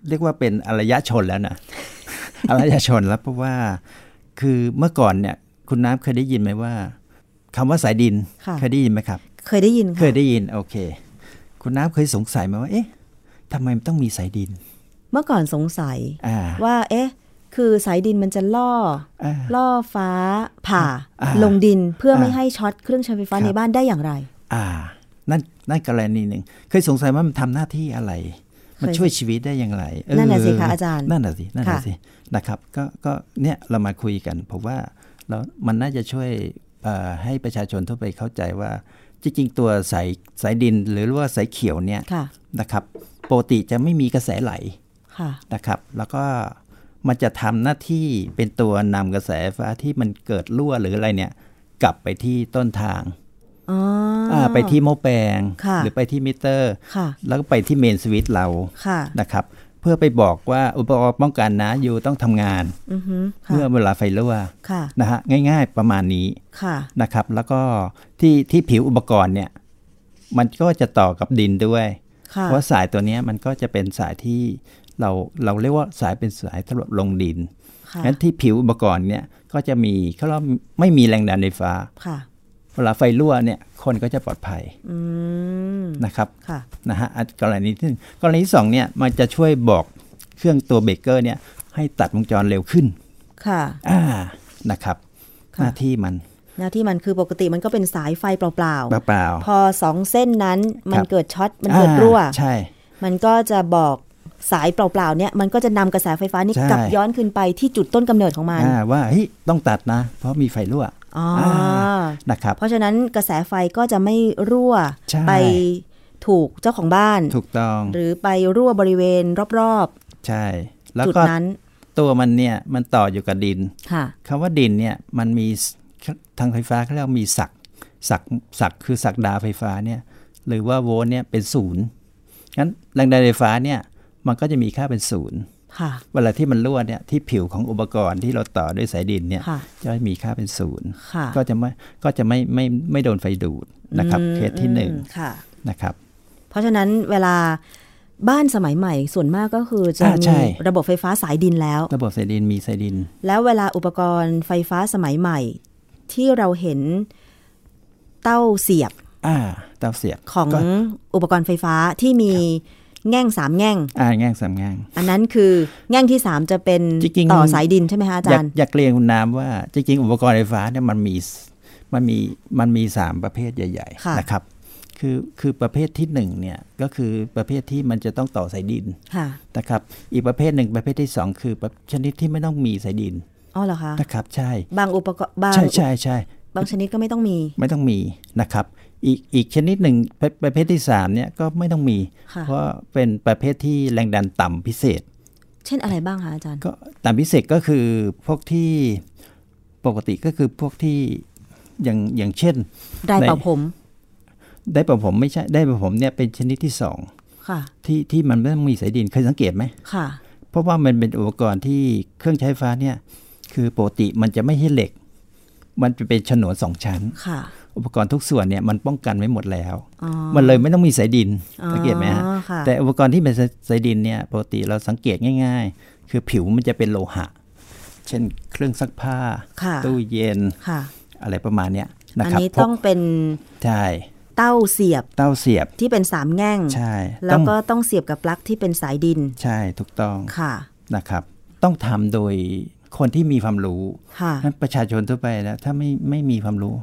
Speaker 5: เรียกว่าเป็นอารยชนแล้วนะ อารยชนแล้วเพราะว่าคือเมื่อก่อนเนี่ยคุณน้ำเคยได้ยินไหมว่าคำว่าสายดิน
Speaker 1: ค่ะ
Speaker 5: เคยได้ยินไหมครับ
Speaker 1: เคยได้ยิน
Speaker 5: เค
Speaker 1: ค่ะ
Speaker 5: ยได้ยินโอเค คุณน้ำเคยสงสัยไหมว่า เอ๊ะทำไมมันต้องมีสายดิน
Speaker 1: เมื่อก่อนสงสัย
Speaker 5: อ่า
Speaker 1: ว่าเอ๊ะ คือสายดินมันจะล่อ
Speaker 5: อ่า
Speaker 1: ล่อฟ้าผ่า
Speaker 5: อ่า
Speaker 1: ลงดินเพื่อไม่
Speaker 5: อ่า
Speaker 1: ให้ช็อตเครื่องใช้ไฟฟ้า
Speaker 5: ครับ
Speaker 1: ในบ้านได้อย่างไร
Speaker 5: อ่า นั่นนั่นกรณีหนึ่ง เคยสงสัยว่ามันทำหน้าที่อะไร มัน
Speaker 1: เคย
Speaker 5: ช่วยชีวิตได้อย่างไรเออ
Speaker 1: นั่นน่ะสิคะอาจารย์
Speaker 5: นั่นน่ะสินั่นน่ะ
Speaker 1: ค่ะ
Speaker 5: สินะครับ ก็ก็เนี่ยเรามาคุยกันผมว่าเรามันน่าจะช่วยเอ่อให้ประชาชนทั่วไปเข้าใจว่า จริง ๆ ตัวสายสายดินหรือว่าสายเขียวเนี่ย
Speaker 1: ค่ะ
Speaker 5: นะครับปกติจะไม่มีกระแสไหล
Speaker 1: ค่ะ
Speaker 5: นะครับแล้วก็มันจะทำหน้าที่เป็นตัวนำกระแสไฟฟ้าที่มันเกิดรั่วหรืออะไรเนี่ย กลับไปที่ต้นทาง
Speaker 1: อ๋อ
Speaker 5: าไปที่หม้อแปลง
Speaker 1: ค่ะ
Speaker 5: หรือไปที่มิเตอร์
Speaker 1: ค่ะ
Speaker 5: แล้วก็ไปที่เมนสวิตช์เรา
Speaker 1: ค่ะ
Speaker 5: นะครับ เพื่อไปบอกว่าอุปกรณ์ป้องกันนะอยู่ต้องทำงาน
Speaker 1: อือฮึค่ะ
Speaker 5: เมื่อเวลาไฟรั่ว
Speaker 1: ค่ะ
Speaker 5: นะฮะง่ายๆประมาณนี้
Speaker 1: ค่ะ
Speaker 5: นะครับ แล้วก็ที่ที่ผิวอุปกรณ์เนี่ยมันก็จะต่อกับดินด้วย
Speaker 1: ค่ะ
Speaker 5: เพราะสายตัวเนี้ยมันก็จะเป็นสายที่เราเราเรียกว่าสายเป็นสายทะลุลงดิน
Speaker 1: ค่ะ
Speaker 5: งั้นที่ผิวอุปกรณ์เนี่ยก็จะมีเขาเรียกว่าไม่มีแรงดันไฟฟ้า
Speaker 1: ค่ะ
Speaker 5: เวลาไฟรั่วเนี่ยคนก็จะปลอดภัย
Speaker 1: อืม
Speaker 5: นะครับ
Speaker 1: ค่ะ
Speaker 5: นะฮะอันกรณีที่หนึ่งกรณีที่สองเนี่ยมันจะช่วยบอกเครื่องตัวเบรกเกอร์เนี่ยให้ตัดวงจรเร็วขึ้น
Speaker 1: ค่ะ
Speaker 5: อ่านะครับ
Speaker 1: ค่ะ
Speaker 5: หน้าที่มัน
Speaker 1: หน้าที่มันคือปกติมันก็เป็นสายไฟเปล่า
Speaker 5: เปล่า
Speaker 1: ๆ พอสองเส้นนั้นมัน
Speaker 5: ครับ
Speaker 1: เกิดช็อต
Speaker 5: ๆ
Speaker 1: มันเกิดรั่ว
Speaker 5: อ่าใช่
Speaker 1: มันก็จะบอกสายเปล่าๆเนี่ยมันก็จะนำกระแสไฟฟ้านี่
Speaker 5: ใช่
Speaker 1: กลับย้อนขึ้นไปที่จุดต้นกำเนิดของมัน
Speaker 5: อ่าว่าเฮ้ยต้องตัดนะ เพราะมีไฟรั่ว
Speaker 1: อ๋ออ
Speaker 5: านะครับ
Speaker 1: เพราะฉะนั้นกระแสไฟก็จะไม่รั่ว
Speaker 5: ใช่
Speaker 1: ไปถูกเจ้าของบ้าน
Speaker 5: ถูกต้อง
Speaker 1: หรือไปรั่วบริเวณรอบ
Speaker 5: ใช่ แล้ว
Speaker 1: ๆ จุด
Speaker 5: ก็
Speaker 1: นั้น
Speaker 5: ตัวมันเนี่ยมันต่ออยู่กับดิน
Speaker 1: ค่ะ
Speaker 5: คำว่าดินเนี่ยมันมีทางไฟฟ้าเขาเรียกว่ามีศักศักศักคือศักดาไฟฟ้าเนี่ยหรือว่าโวลต์เนี่ยเป็นศูนย์งั้นแรงดันไฟฟ้าเนี่ยมันก็จะมีค่าเป็นศูนย์
Speaker 1: ค่ะ
Speaker 5: เวลาที่มันรั่วเนี่ยที่ผิวของอุปกรณ์ที่เราต่อด้วยสายดินเนี่ย
Speaker 1: ค่ะ
Speaker 5: จะมีค่าเป็นศูนย์
Speaker 1: ค่ะ
Speaker 5: ก็จะไม่ก็จะไม่ไม่ไม่โดนไฟดูดนะครับ
Speaker 1: อืม
Speaker 5: เคสที่หนึ่ง
Speaker 1: อืมค่ะ
Speaker 5: นะครับ
Speaker 1: เพราะฉะนั้นเวลาบ้านสมัยใหม่ส่วนมากก็คือจะ
Speaker 5: อ่าใช่
Speaker 1: มีระบบไฟฟ้าสายดินแล้ว
Speaker 5: ระบบสายดินมีสายดิน
Speaker 1: แล้วเวลาอุปกรณ์ไฟฟ้าสมัยใหม่ ที่เราเห็นเต้าเสียบ
Speaker 5: อ่าเตาเสียบ
Speaker 1: ของ
Speaker 5: ก็
Speaker 1: อุปกรณ์ไฟฟ้าที่มีแง่งสามแง่ง
Speaker 5: อ่าแง่งสามแง่ง
Speaker 1: อันนั้นคือแง่งที่ 3 จะเป็น
Speaker 5: จริงๆ
Speaker 1: ต่อสายดินใช่ไหมคะอาจารย์
Speaker 5: อยากอยากเรียนคุณน้ำว่าจริงๆอุปกรณ์ไฟฟ้าเนี่ยมันมีมันมีมันมีสามประเภทใหญ่
Speaker 1: ค่ะ
Speaker 5: ๆนะครับคือคือประเภทที่หนึ่งเนี่ยก็คือประเภทที่มันจะต้องต่อสายดิน
Speaker 1: ค่ะ
Speaker 5: นะครับอีกประเภทหนึ่งประเภทที่สองคือประชนิดที่ไม่ต้องมีสายดิน
Speaker 1: อ๋อเหรอคะ
Speaker 5: นะครับใช่
Speaker 1: บางอุปกรณ์บาง
Speaker 5: ใช่ใช่ใช่
Speaker 1: บางชนิดก็ไม่ต้องมี
Speaker 5: ไม่ต้องมีนะครับอีกอีกชนิดหนึ่งประประเภทที่สามเนี่ยก็ไม่ต้องมี
Speaker 1: ค่ะ
Speaker 5: เพราะเป็นประเภทที่แรงดันต่ำพิเศษ
Speaker 1: เช่นอะไรบ้างคะอาจารย์
Speaker 5: ก็ตามพิเศษก็คือพวกที่ปกติก็คือพวกที่อย่างอย่างเช่น
Speaker 1: ได้เป่า
Speaker 5: ใน
Speaker 1: ผม
Speaker 5: ได้ประผมไม่ใช่ได้ประผมเนี่ยเป็นชนิดที่สอง
Speaker 1: ค่ะ
Speaker 5: ที่ที่มันไม่ต้องมีสายดินเคยสังเกตไหม
Speaker 1: ค่ะ
Speaker 5: เพราะว่ามันเป็นอุปกรณ์ที่เครื่องใช้ไฟฟ้าเนี่ยคือปกติมันจะไม่ใช่เหล็ก มันจะเป็นฉนวนสองชั้น
Speaker 1: ค่ะ
Speaker 5: อุปกรณ์ทุกส่วนเนี่ยมันป้องกันไว้หมดแล้ว
Speaker 1: อ๋อ
Speaker 5: มันเลยไม่ต้องมีสายดิน
Speaker 1: อ๋อ
Speaker 5: สังเกตไหมฮะ
Speaker 1: ค่ะ
Speaker 5: แต่อุปกรณ์ที่เป็นสายดินเนี่ยปกติเราสังเกตง่าย ๆ คือผิวมันจะเป็นโลหะ เช่นเครื่องซักผ้า
Speaker 1: ค่ะ
Speaker 5: ตู้เย็น
Speaker 1: ค่ะ
Speaker 5: อะไรประมาณเนี้ยนะ
Speaker 1: อัน
Speaker 5: ครับ
Speaker 1: นี้ต้อง
Speaker 5: พก
Speaker 1: เป็น
Speaker 5: ใช่
Speaker 1: เต้าเสียบ
Speaker 5: เต้าเสียบ
Speaker 1: ที่เป็นสามแง่ง
Speaker 5: ใช่
Speaker 1: แล้
Speaker 5: ต้
Speaker 1: ว
Speaker 5: อง
Speaker 1: ก็ต้องเสียบกับปลั๊กที่เป็นสายดิน
Speaker 5: ใช่ถูกต้อง
Speaker 1: ค่ะ
Speaker 5: นะครับ ต้องทำโดยคนที่มีความรู้
Speaker 1: ค่ะ
Speaker 5: งั้นประชาชนทั่วไปแล้วถ้าไม่ไม่มีความรู้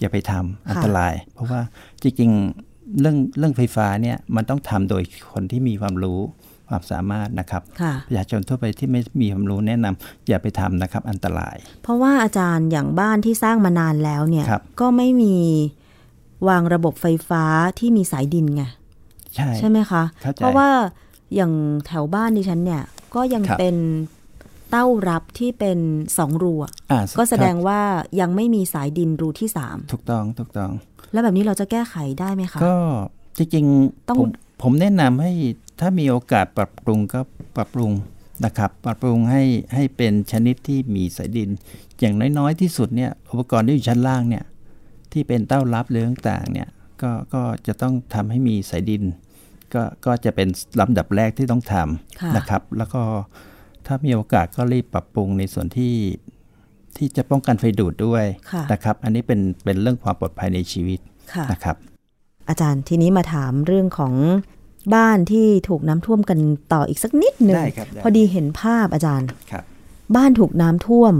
Speaker 5: อย่าไปทำอันตราย เพราะว่าจริงๆเรื่องเรื่องไฟฟ้าเนี่ยมันต้องทำโดยคนที่มีความรู้ความสามารถนะครับ
Speaker 1: ค่ะ
Speaker 5: ประชาชนทั่วไปที่ไม่มีความรู้แนะนำอย่าไปทำนะครับ อันตราย
Speaker 1: เพราะว่าอาจารย์อย่างบ้านที่สร้างมานานแล้วเนี่ย
Speaker 5: ครับ
Speaker 1: ก็ไม่มีวางระบบไฟฟ้าที่มีสายดินไง
Speaker 5: ใช่
Speaker 1: ใช่ไหมคะ
Speaker 5: เข้าใจ
Speaker 1: เพราะว่าอย่างแถวบ้านดิฉันเนี่ย ก็ยัง
Speaker 5: ครับ
Speaker 1: เป็นเต้ารับที่เป็นสองรูอะ
Speaker 5: อ่า
Speaker 1: ก็แสดง
Speaker 5: ครับ
Speaker 1: ว่ายังไม่มีสายดินรูที่สาม
Speaker 5: ถูกต้องถูกต้อง
Speaker 1: แล้วแบบนี้เราจะแก้ไขได้ไหมคะ
Speaker 5: ก็จริง
Speaker 1: ต้อ
Speaker 5: ๆ
Speaker 1: ง
Speaker 5: ผมผมแนะนำให้ถ้ามีโอกาสปรับปรุงก็ปรับปรุงนะครับ ปรับปรุงให้ให้เป็นชนิดที่มีสายดิน อย่างน้อยๆที่สุดเนี่ยอุปกรณ์ที่อยู่ชั้นล่างเนี่ยที่เป็นเต้ารับหรือต่างๆเนี่ยก็ก็จะต้องทำให้มีสายดิน ก็ก็จะเป็นลำดับแรกที่ต้องท
Speaker 1: ค่ะ
Speaker 5: ำนะครับ แล้วก็ถ้ามีโอกาสก็รีบปรับปรุงในส่วนที่ที่จะป้องกันไฟดูดด้วย
Speaker 1: ค่ะ
Speaker 5: นะครับ อันนี้เป็นเป็นเรื่องความปลอดภัยในชีวิต
Speaker 1: ค่ะ
Speaker 5: นะครับ
Speaker 1: อาจารย์ทีนี้มาถามเรื่องของบ้านที่ถูกน้ำท่วมกันต่ออีกสักนิดหนึ่ง
Speaker 5: ได้ครับได้
Speaker 1: พอดีเห็นภาพอาจารย์
Speaker 5: ครับ
Speaker 1: บ้านถูกน้ำท่วม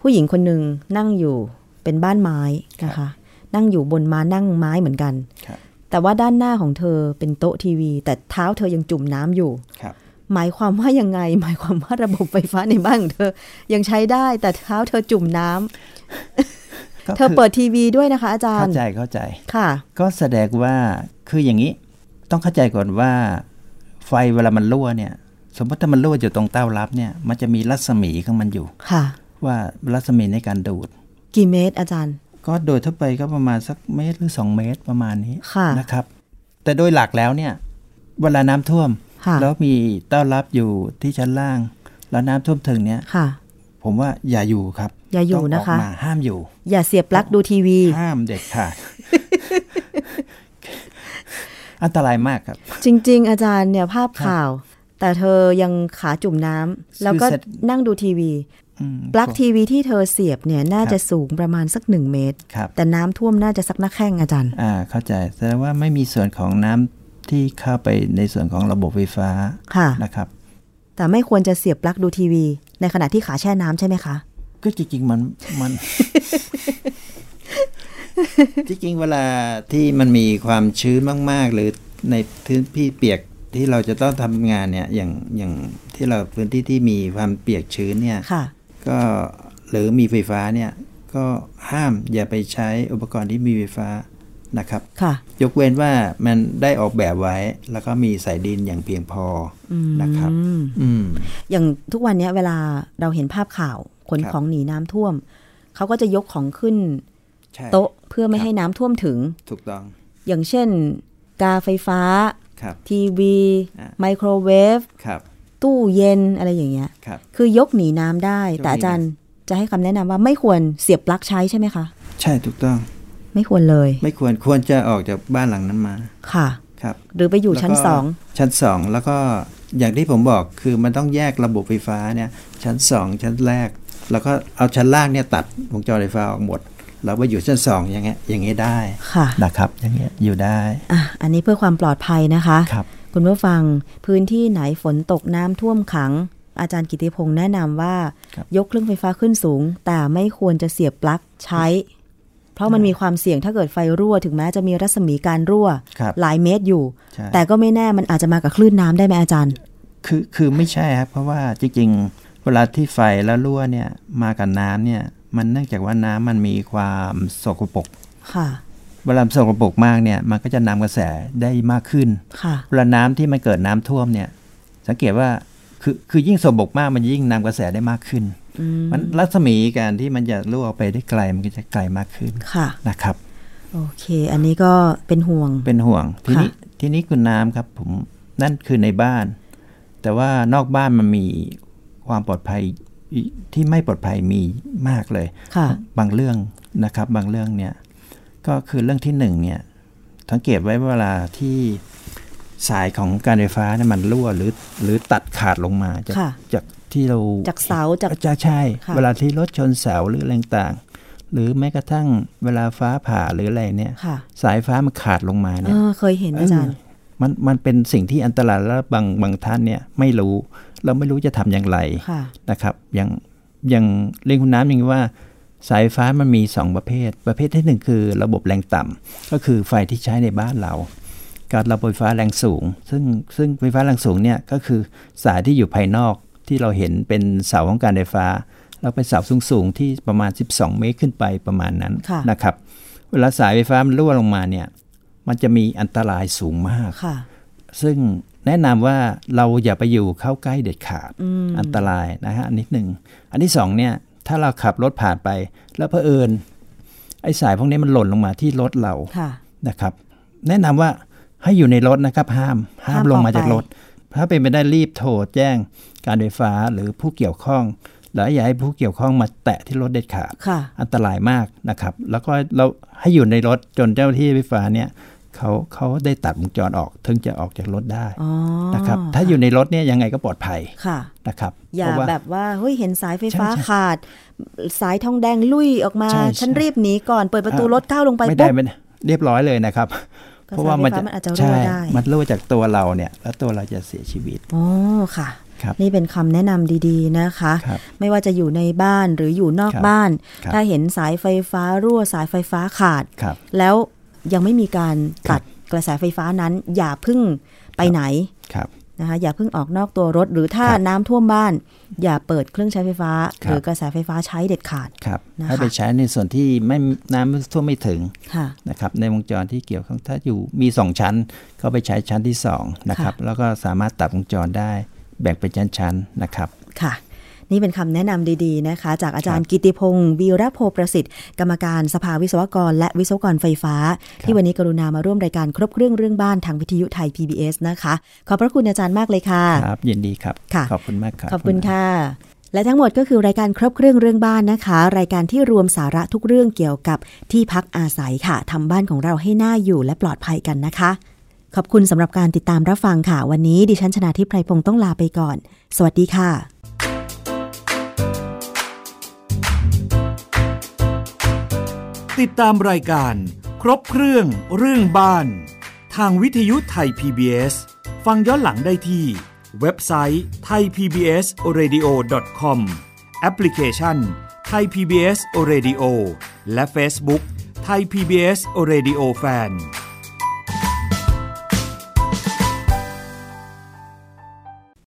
Speaker 1: ผู้หญิงคนหนึ่งนั่งอยู่เป็นบ้านไม้นะคะ นั่งอยู่บนม้านั่งไม้เหมือนกัน
Speaker 5: ครับ
Speaker 1: แต่ว่าด้านหน้าของเธอเป็นโต๊ะทีวี แต่เท้าเธอยังจุ่มน้ำอยู่
Speaker 5: ครับ
Speaker 1: หมายความว่ายังไง หมายความว่าระบบไฟฟ้าในบ้านของเธอยังใช้ได้แต่เท้าเธอจุ่มน้ำ
Speaker 5: ก็
Speaker 1: เธอ
Speaker 5: คือ
Speaker 1: เปิดทีวีด้วยนะคะ อาจาร
Speaker 5: เข้า
Speaker 1: ย์
Speaker 5: ใจเข้าใจ
Speaker 1: ค่ะ
Speaker 5: ก็แสดงว่าคืออย่างนี้ ต้องเข้าใจก่อนว่า ไฟเวลามันรั่วเนี่ย สมมติถ้ามันรั่วอยู่ตรงเต้ารับเนี่ย มันจะมีรัศมีของมันอยู่
Speaker 1: ค่ะ
Speaker 5: ว่ารัศมีในการดูด
Speaker 1: กี่เมตรอาจารย์
Speaker 5: ก็โดยทั่วไปก็ประมาณสักเมตรหรือ 2 เมตรประมาณนี้
Speaker 1: ค่ะ
Speaker 5: นะครับ แต่โดยหลักแล้วเนี่ย เวลาน้ำท่วม
Speaker 1: ค่ะ
Speaker 5: แล้วมีเต้ารับอยู่ที่ชั้นล่าง แล้วน้ำท่วมถึงเนี่ย
Speaker 1: ค่ะ
Speaker 5: ผมว่าอย่าอยู่ครับ
Speaker 1: อย่าอยู่
Speaker 5: ต้ง
Speaker 1: นะคะ
Speaker 5: กมาห้ามอยู่
Speaker 1: อย่าเสียบปลั๊กดูทีวี
Speaker 5: ห้ามเด็ดขาด อันตรายมากครับ
Speaker 1: จริง ๆ อาจารย์เนี่ยภาพข่าว แต่เธอยังขาจุ่มน้ำแล้วก็
Speaker 5: คือเสร็จ
Speaker 1: นั่งดูทีวี
Speaker 5: อืม
Speaker 1: ปลั๊กทีวีที่เธอเสียบเนี่ยน่าจะสูงประมาณสักหนึ่งเมตร
Speaker 5: ครับ
Speaker 1: แต่น้ำท่วมน่าจะสักหน้าแข้งอาจารย์
Speaker 5: อ่าเข้าใจแสดงว่าไม่มีส่วนของน้ำที่เข้าไปในส่วนของระบบไฟฟ้า
Speaker 1: ค่ะ
Speaker 5: นะครับ
Speaker 1: แต่ไม่ควรจะเสียบปลั๊กดูทีวี ในขณะที่ขาแช่น้ำใช่ไหมคะ
Speaker 5: ก็จริงๆมัน มัน จริงๆเวลาที่มันมีความชื้นมาก ๆ หรือในพื้นที่เปียกที่เราจะต้องทำงานเนี่ยอย่างอย่างที่เราพื้นที่ที่มีความเปียกชื้นเนี่ย
Speaker 1: ค่ะ
Speaker 5: ก็หรือมีไฟฟ้าเนี่ยก็ห้ามอย่าไปใช้อุปกรณ์ที่มีไฟฟ้านะครับ
Speaker 1: ค่ะ
Speaker 5: ยกเว้นว่ามันได้ออกแบบไว้ แล้วก็มีสายดินอย่างเพียงพออนะครับ อืม
Speaker 1: อย่างทุกวันเนี้ยเวลาเราเห็นภาพข่าวขน
Speaker 5: ครับ
Speaker 1: ของหนีน้ำท่วม เขาก็จะยกของขึ้น
Speaker 5: ใช่
Speaker 1: โต๊ะเพื่อไม่ให้น้ำท่วมถึง
Speaker 5: ถูกต้อง
Speaker 1: อย่างเช่น กาไฟฟ้า
Speaker 5: ครับ
Speaker 1: ทีวี
Speaker 5: อ่ะ
Speaker 1: ไมโครเวฟ
Speaker 5: ครับ
Speaker 1: ตู้เย็นอะไรอย่างเงี้ย
Speaker 5: ครับ
Speaker 1: คือยกหนีน้ำได้
Speaker 5: ยกหนี
Speaker 1: แต่อาจารย์จะให้คำแนะนำว่าไม่ควรเสียบปลั๊กใช้ใช่ไหมคะ
Speaker 5: ใช่ถูกต้อง
Speaker 1: ไม่ควรเลย
Speaker 5: ไม่ควรควรจะออกจากบ้านหลังนั้นมา
Speaker 1: ค่ะ
Speaker 5: ครับ
Speaker 1: หรือไปอยู่ชั้น
Speaker 5: แล้วก็
Speaker 1: สอง
Speaker 5: ชั้นสองแล้วก็อย่างที่ผมบอกคือมันต้องแยกระบบไฟฟ้าเนี่ย ชั้นสองชั้นแรก แล้วก็เอาชั้นล่างเนี่ยตัดวงจรไฟฟ้าออกหมด แล้วไปอยู่ชั้นสองอย่างเงี้ยอย่างเงี้ยได้
Speaker 1: ค่ะ
Speaker 5: นะครับอย่างเงี้ยอยู่ได้
Speaker 1: อ่ะ อันนี้เพื่อความปลอดภัยนะคะ
Speaker 5: ครับ
Speaker 1: คุณผู้ฟังพื้นที่ไหนฝนตกน้ำท่วมขัง อาจารย์กิติพงศ์แนะนำว่า
Speaker 5: ครับ
Speaker 1: ยกเครื่องไฟฟ้าขึ้นสูง แต่ไม่ควรจะเสียบปลั๊กใช้ เพราะมันมีความเสี่ยงถ้าเกิดไฟรั่ว ถึงแม้จะมีรัศมีการรั่ว
Speaker 5: ครับ
Speaker 1: หลายเมตรอยู่
Speaker 5: ใช่
Speaker 1: แต่ก็ไม่แน่มันอาจจะมากับคลื่นน้ำได้ไหมอาจารย์
Speaker 5: คือคือไม่ใช่ครับ เพราะว่าจริงๆเวลาที่ไฟแล้วรั่วเนี่ยมากับน้ำเนี่ยมันเนื่องจากว่าน้ำมันมีความสกปรก
Speaker 1: ค่ะ
Speaker 5: เวลาสกปรกมากเนี่ยมันก็จะนำกระแสได้มากขึ้น
Speaker 1: ค่ะ
Speaker 5: เวลาน้ำที่มันเกิดน้ำท่วมเนี่ยสังเกตว่าคือคือยิ่งสกปรกมากมันยิ่งนำกระแสได้มากขึ้น มันรัศมีการที่มันจะรั่วออกไปได้ไกลมันก็จะไกลมากขึ้น
Speaker 1: ค่ะ
Speaker 5: นะครับ
Speaker 1: โอเค อันนี้ก็เป็นห่วง
Speaker 5: เป็นห่วงทีนี้
Speaker 1: ค่ะ
Speaker 5: ทีนี้คุณน้ำครับผมนั่นคือในบ้าน แต่ว่านอกบ้านมันมีความปลอดภัยอีกที่ไม่ปลอดภัยมีมากเลย
Speaker 1: ค่ะ
Speaker 5: บางเรื่องนะครับบางเรื่องเนี่ยก็คือเรื่องที่หนึ่งเนี่ยสังเกตไว้เวลาที่สายของการไฟฟ้าเนี่ยมันรั่วหรือหรือตัดขาดลงมาจาก
Speaker 1: ค่ะ
Speaker 5: จาก ที่เรา
Speaker 1: จากเสาจาก
Speaker 5: จะใช่
Speaker 1: ค่ะ
Speaker 5: เวลาที่รถชนเสาหรืออะไรต่างๆหรือแม้กระทั่งเวลาฟ้าผ่าหรืออะไรเนี่ย
Speaker 1: ค่ะ
Speaker 5: สายฟ้ามันขาดลงมา
Speaker 1: เอ
Speaker 5: เนี่ย
Speaker 1: อเคยเห็นอาจารย์
Speaker 5: เออมันมันเป็นสิ่งที่อันตรายแล้วบางบางท่านเนี่ยไม่รู้เราไม่รู้จะทำอย่างไร
Speaker 1: ค่ะ
Speaker 5: นะครับอย่างอย่างเรื่องคุณน้ำอย่างว่า สายฟ้ามันมี 2 ประเภท ประเภททีหนึ่1 คือระบบแรงต่ำก็คือไฟที่ใช้ในบ้านเรากับระบบไฟฟ้าแรงสูง ซึ่งซึ่งไฟฟ้าแรงสูงเนี่ยก็คือสายที่อยู่ภายนอกที่เราเห็นเป็นเสาของการไฟฟ้า เราเป็นเสาสูงสูงๆที่ประมาณ 12 เมตรขึ้นไปประมาณนั้น
Speaker 1: ค่ะ
Speaker 5: นะครับ เวลาสายไฟฟ้ามันรั่วลงมาเนี่ยมันจะมีอันตรายสูงมาก
Speaker 1: ค่ะ
Speaker 5: ซึ่งแนะนำว่าเราอย่าไปอยู่เข้าใกล้เด็ดขาด
Speaker 1: อืม
Speaker 5: อันตรายนะฮะอันนิดหนึ่งอันที่สองเนี่ยถ้าเราขับรถผ่านไป แล้วเพอเอิญไอ้สายพวกนี้มันหล่นลงมาที่รถเรา
Speaker 1: ค่ะ
Speaker 5: นะครับ แนะนำว่าให้อยู่ในรถนะครับห้ามห้า
Speaker 1: ห้ามม
Speaker 5: ลง
Speaker 1: อ
Speaker 5: มา
Speaker 1: อกไป
Speaker 5: จากรถ ถ้าเป็นไปได้รีบโทรแจ้งการไฟฟ้าหรือผู้เกี่ยวข้อง แล้วอย่าให้ผู้เกี่ยวข้องมาแตะที่รถเด็ดขาด
Speaker 1: ค่ะ
Speaker 5: อันตรายมากนะครับ แล้วก็เราให้อยู่ในรถจนเจ้าหน้าที่ไฟฟ้าเนี่ยเขาเขาได้ตัดวงจรออก ถึงจะออกจากรถได้
Speaker 1: อ๋อ
Speaker 5: นะครับ ถ้าอยู่ในรถเนี่ยยังไงก็ปลอดภัย
Speaker 1: ค่ะ
Speaker 5: นะครับ
Speaker 1: อย่า
Speaker 5: เพระว่
Speaker 1: แบบว่าเฮ้ยเห็นสายไฟฟ้า
Speaker 5: ใช่ใช่
Speaker 1: ขาด สายทองแดงลุยออกมา
Speaker 5: ใช่ใช่
Speaker 1: ฉันรีบหนีก่อนเปิดประตูรถก้าวลงไป
Speaker 5: ไม่
Speaker 1: ปุ๊
Speaker 5: ได้
Speaker 1: บ
Speaker 5: ไม่ได้เรียบร้อยเลยนะครับ
Speaker 1: ก็
Speaker 5: เพราะว่ามันจะ
Speaker 1: สายไฟฟ้ามันอาจจะรั่ว
Speaker 5: ใช่
Speaker 1: ได้
Speaker 5: มันรั่วจากตัวเราเนี่ย แล้วตัวเราจะเสียชีวิต
Speaker 1: อ๋อค่ะ
Speaker 5: ครับ
Speaker 1: นี่เป็นคำแนะนำดีๆนะคะ
Speaker 5: ครับ
Speaker 1: ไม่ว่าจะอยู่ในบ้านหรืออยู่นอก
Speaker 5: ครับ
Speaker 1: บ้าน
Speaker 5: ครับ
Speaker 1: ถ้าเห็นสายไฟฟ้ารั่วสายไฟฟ้าขาด
Speaker 5: ครับ
Speaker 1: แล้วยังไม่มีการ
Speaker 5: ค
Speaker 1: ตั
Speaker 5: รับ
Speaker 1: ดกระแสไฟฟ้านั้น อย่าเพึ่งไปไหน
Speaker 5: ครับ
Speaker 1: นะคะอย่าเพึ่งออกนอกตัวรถ หรือถ้า
Speaker 5: ครับ
Speaker 1: น้ำท่วมบ้าน อย่าเปิดเครื่องใช้ไฟฟ้า
Speaker 5: ครั
Speaker 1: ห
Speaker 5: บ
Speaker 1: รือกระแสไฟฟ้าใช้เด็ดขาด
Speaker 5: ครับ
Speaker 1: นะคะ
Speaker 5: ให้ไปใช้ในส่วนที่ไม่น้ำท่วมไม่ถึง
Speaker 1: ค่ะ
Speaker 5: นะครับในวงจรที่เกี่ยวข้องถ้าอยู่มี 2 ชั้น ก็ไปใช้ชั้นที่2นะครับ แล้วก็สามารถตัดวงจรได้แบ่งเป็นชั้นๆนะครับ
Speaker 1: ค่ะ นี่เป็นคำแนะนำดีๆนะคะ จากอาจารย์กิติพงศ์วีระโพประสิทธิ์ กรรมการสภาวิศวกร และวิศวกรไฟฟ้า
Speaker 5: ครับ
Speaker 1: ที่วันนี้กรุณามาร่วมรายการครบเครื่องเรื่องบ้านทางวิทยุไทย PBS นะคะ ขอบพระคุณอาจารย์มากเลยค่ะ
Speaker 5: ครับยินดีครับ
Speaker 1: ค่ะ
Speaker 5: ขอบคุณมากครับ
Speaker 1: ขอบคุณค่ะ และทั้งหมดก็คือรายการครบเครื่องเรื่องบ้านนะคะ รายการที่รวมสาระทุกเรื่องเกี่ยวกับที่พักอาศัยค่ะทำบ้านของเราให้น่าอยู่และปลอดภัยกันนะคะ ขอบคุณสำหรับการติดตามรับฟังค่ะ วันนี้ดิฉันชนะทิพไพรพงศ์ต้องลาไปก่อน สวัสดีค่ะ
Speaker 3: ติดตามรายการ ครบเครื่องเรื่องบ้าน ทางวิทยุไทย PBS ฟังย้อนหลังได้ที่ เว็บไซต์ thaipbsradio.com แอปพลิเคชัน Thai PBS Radio และ Facebook Thai PBS Radio Fan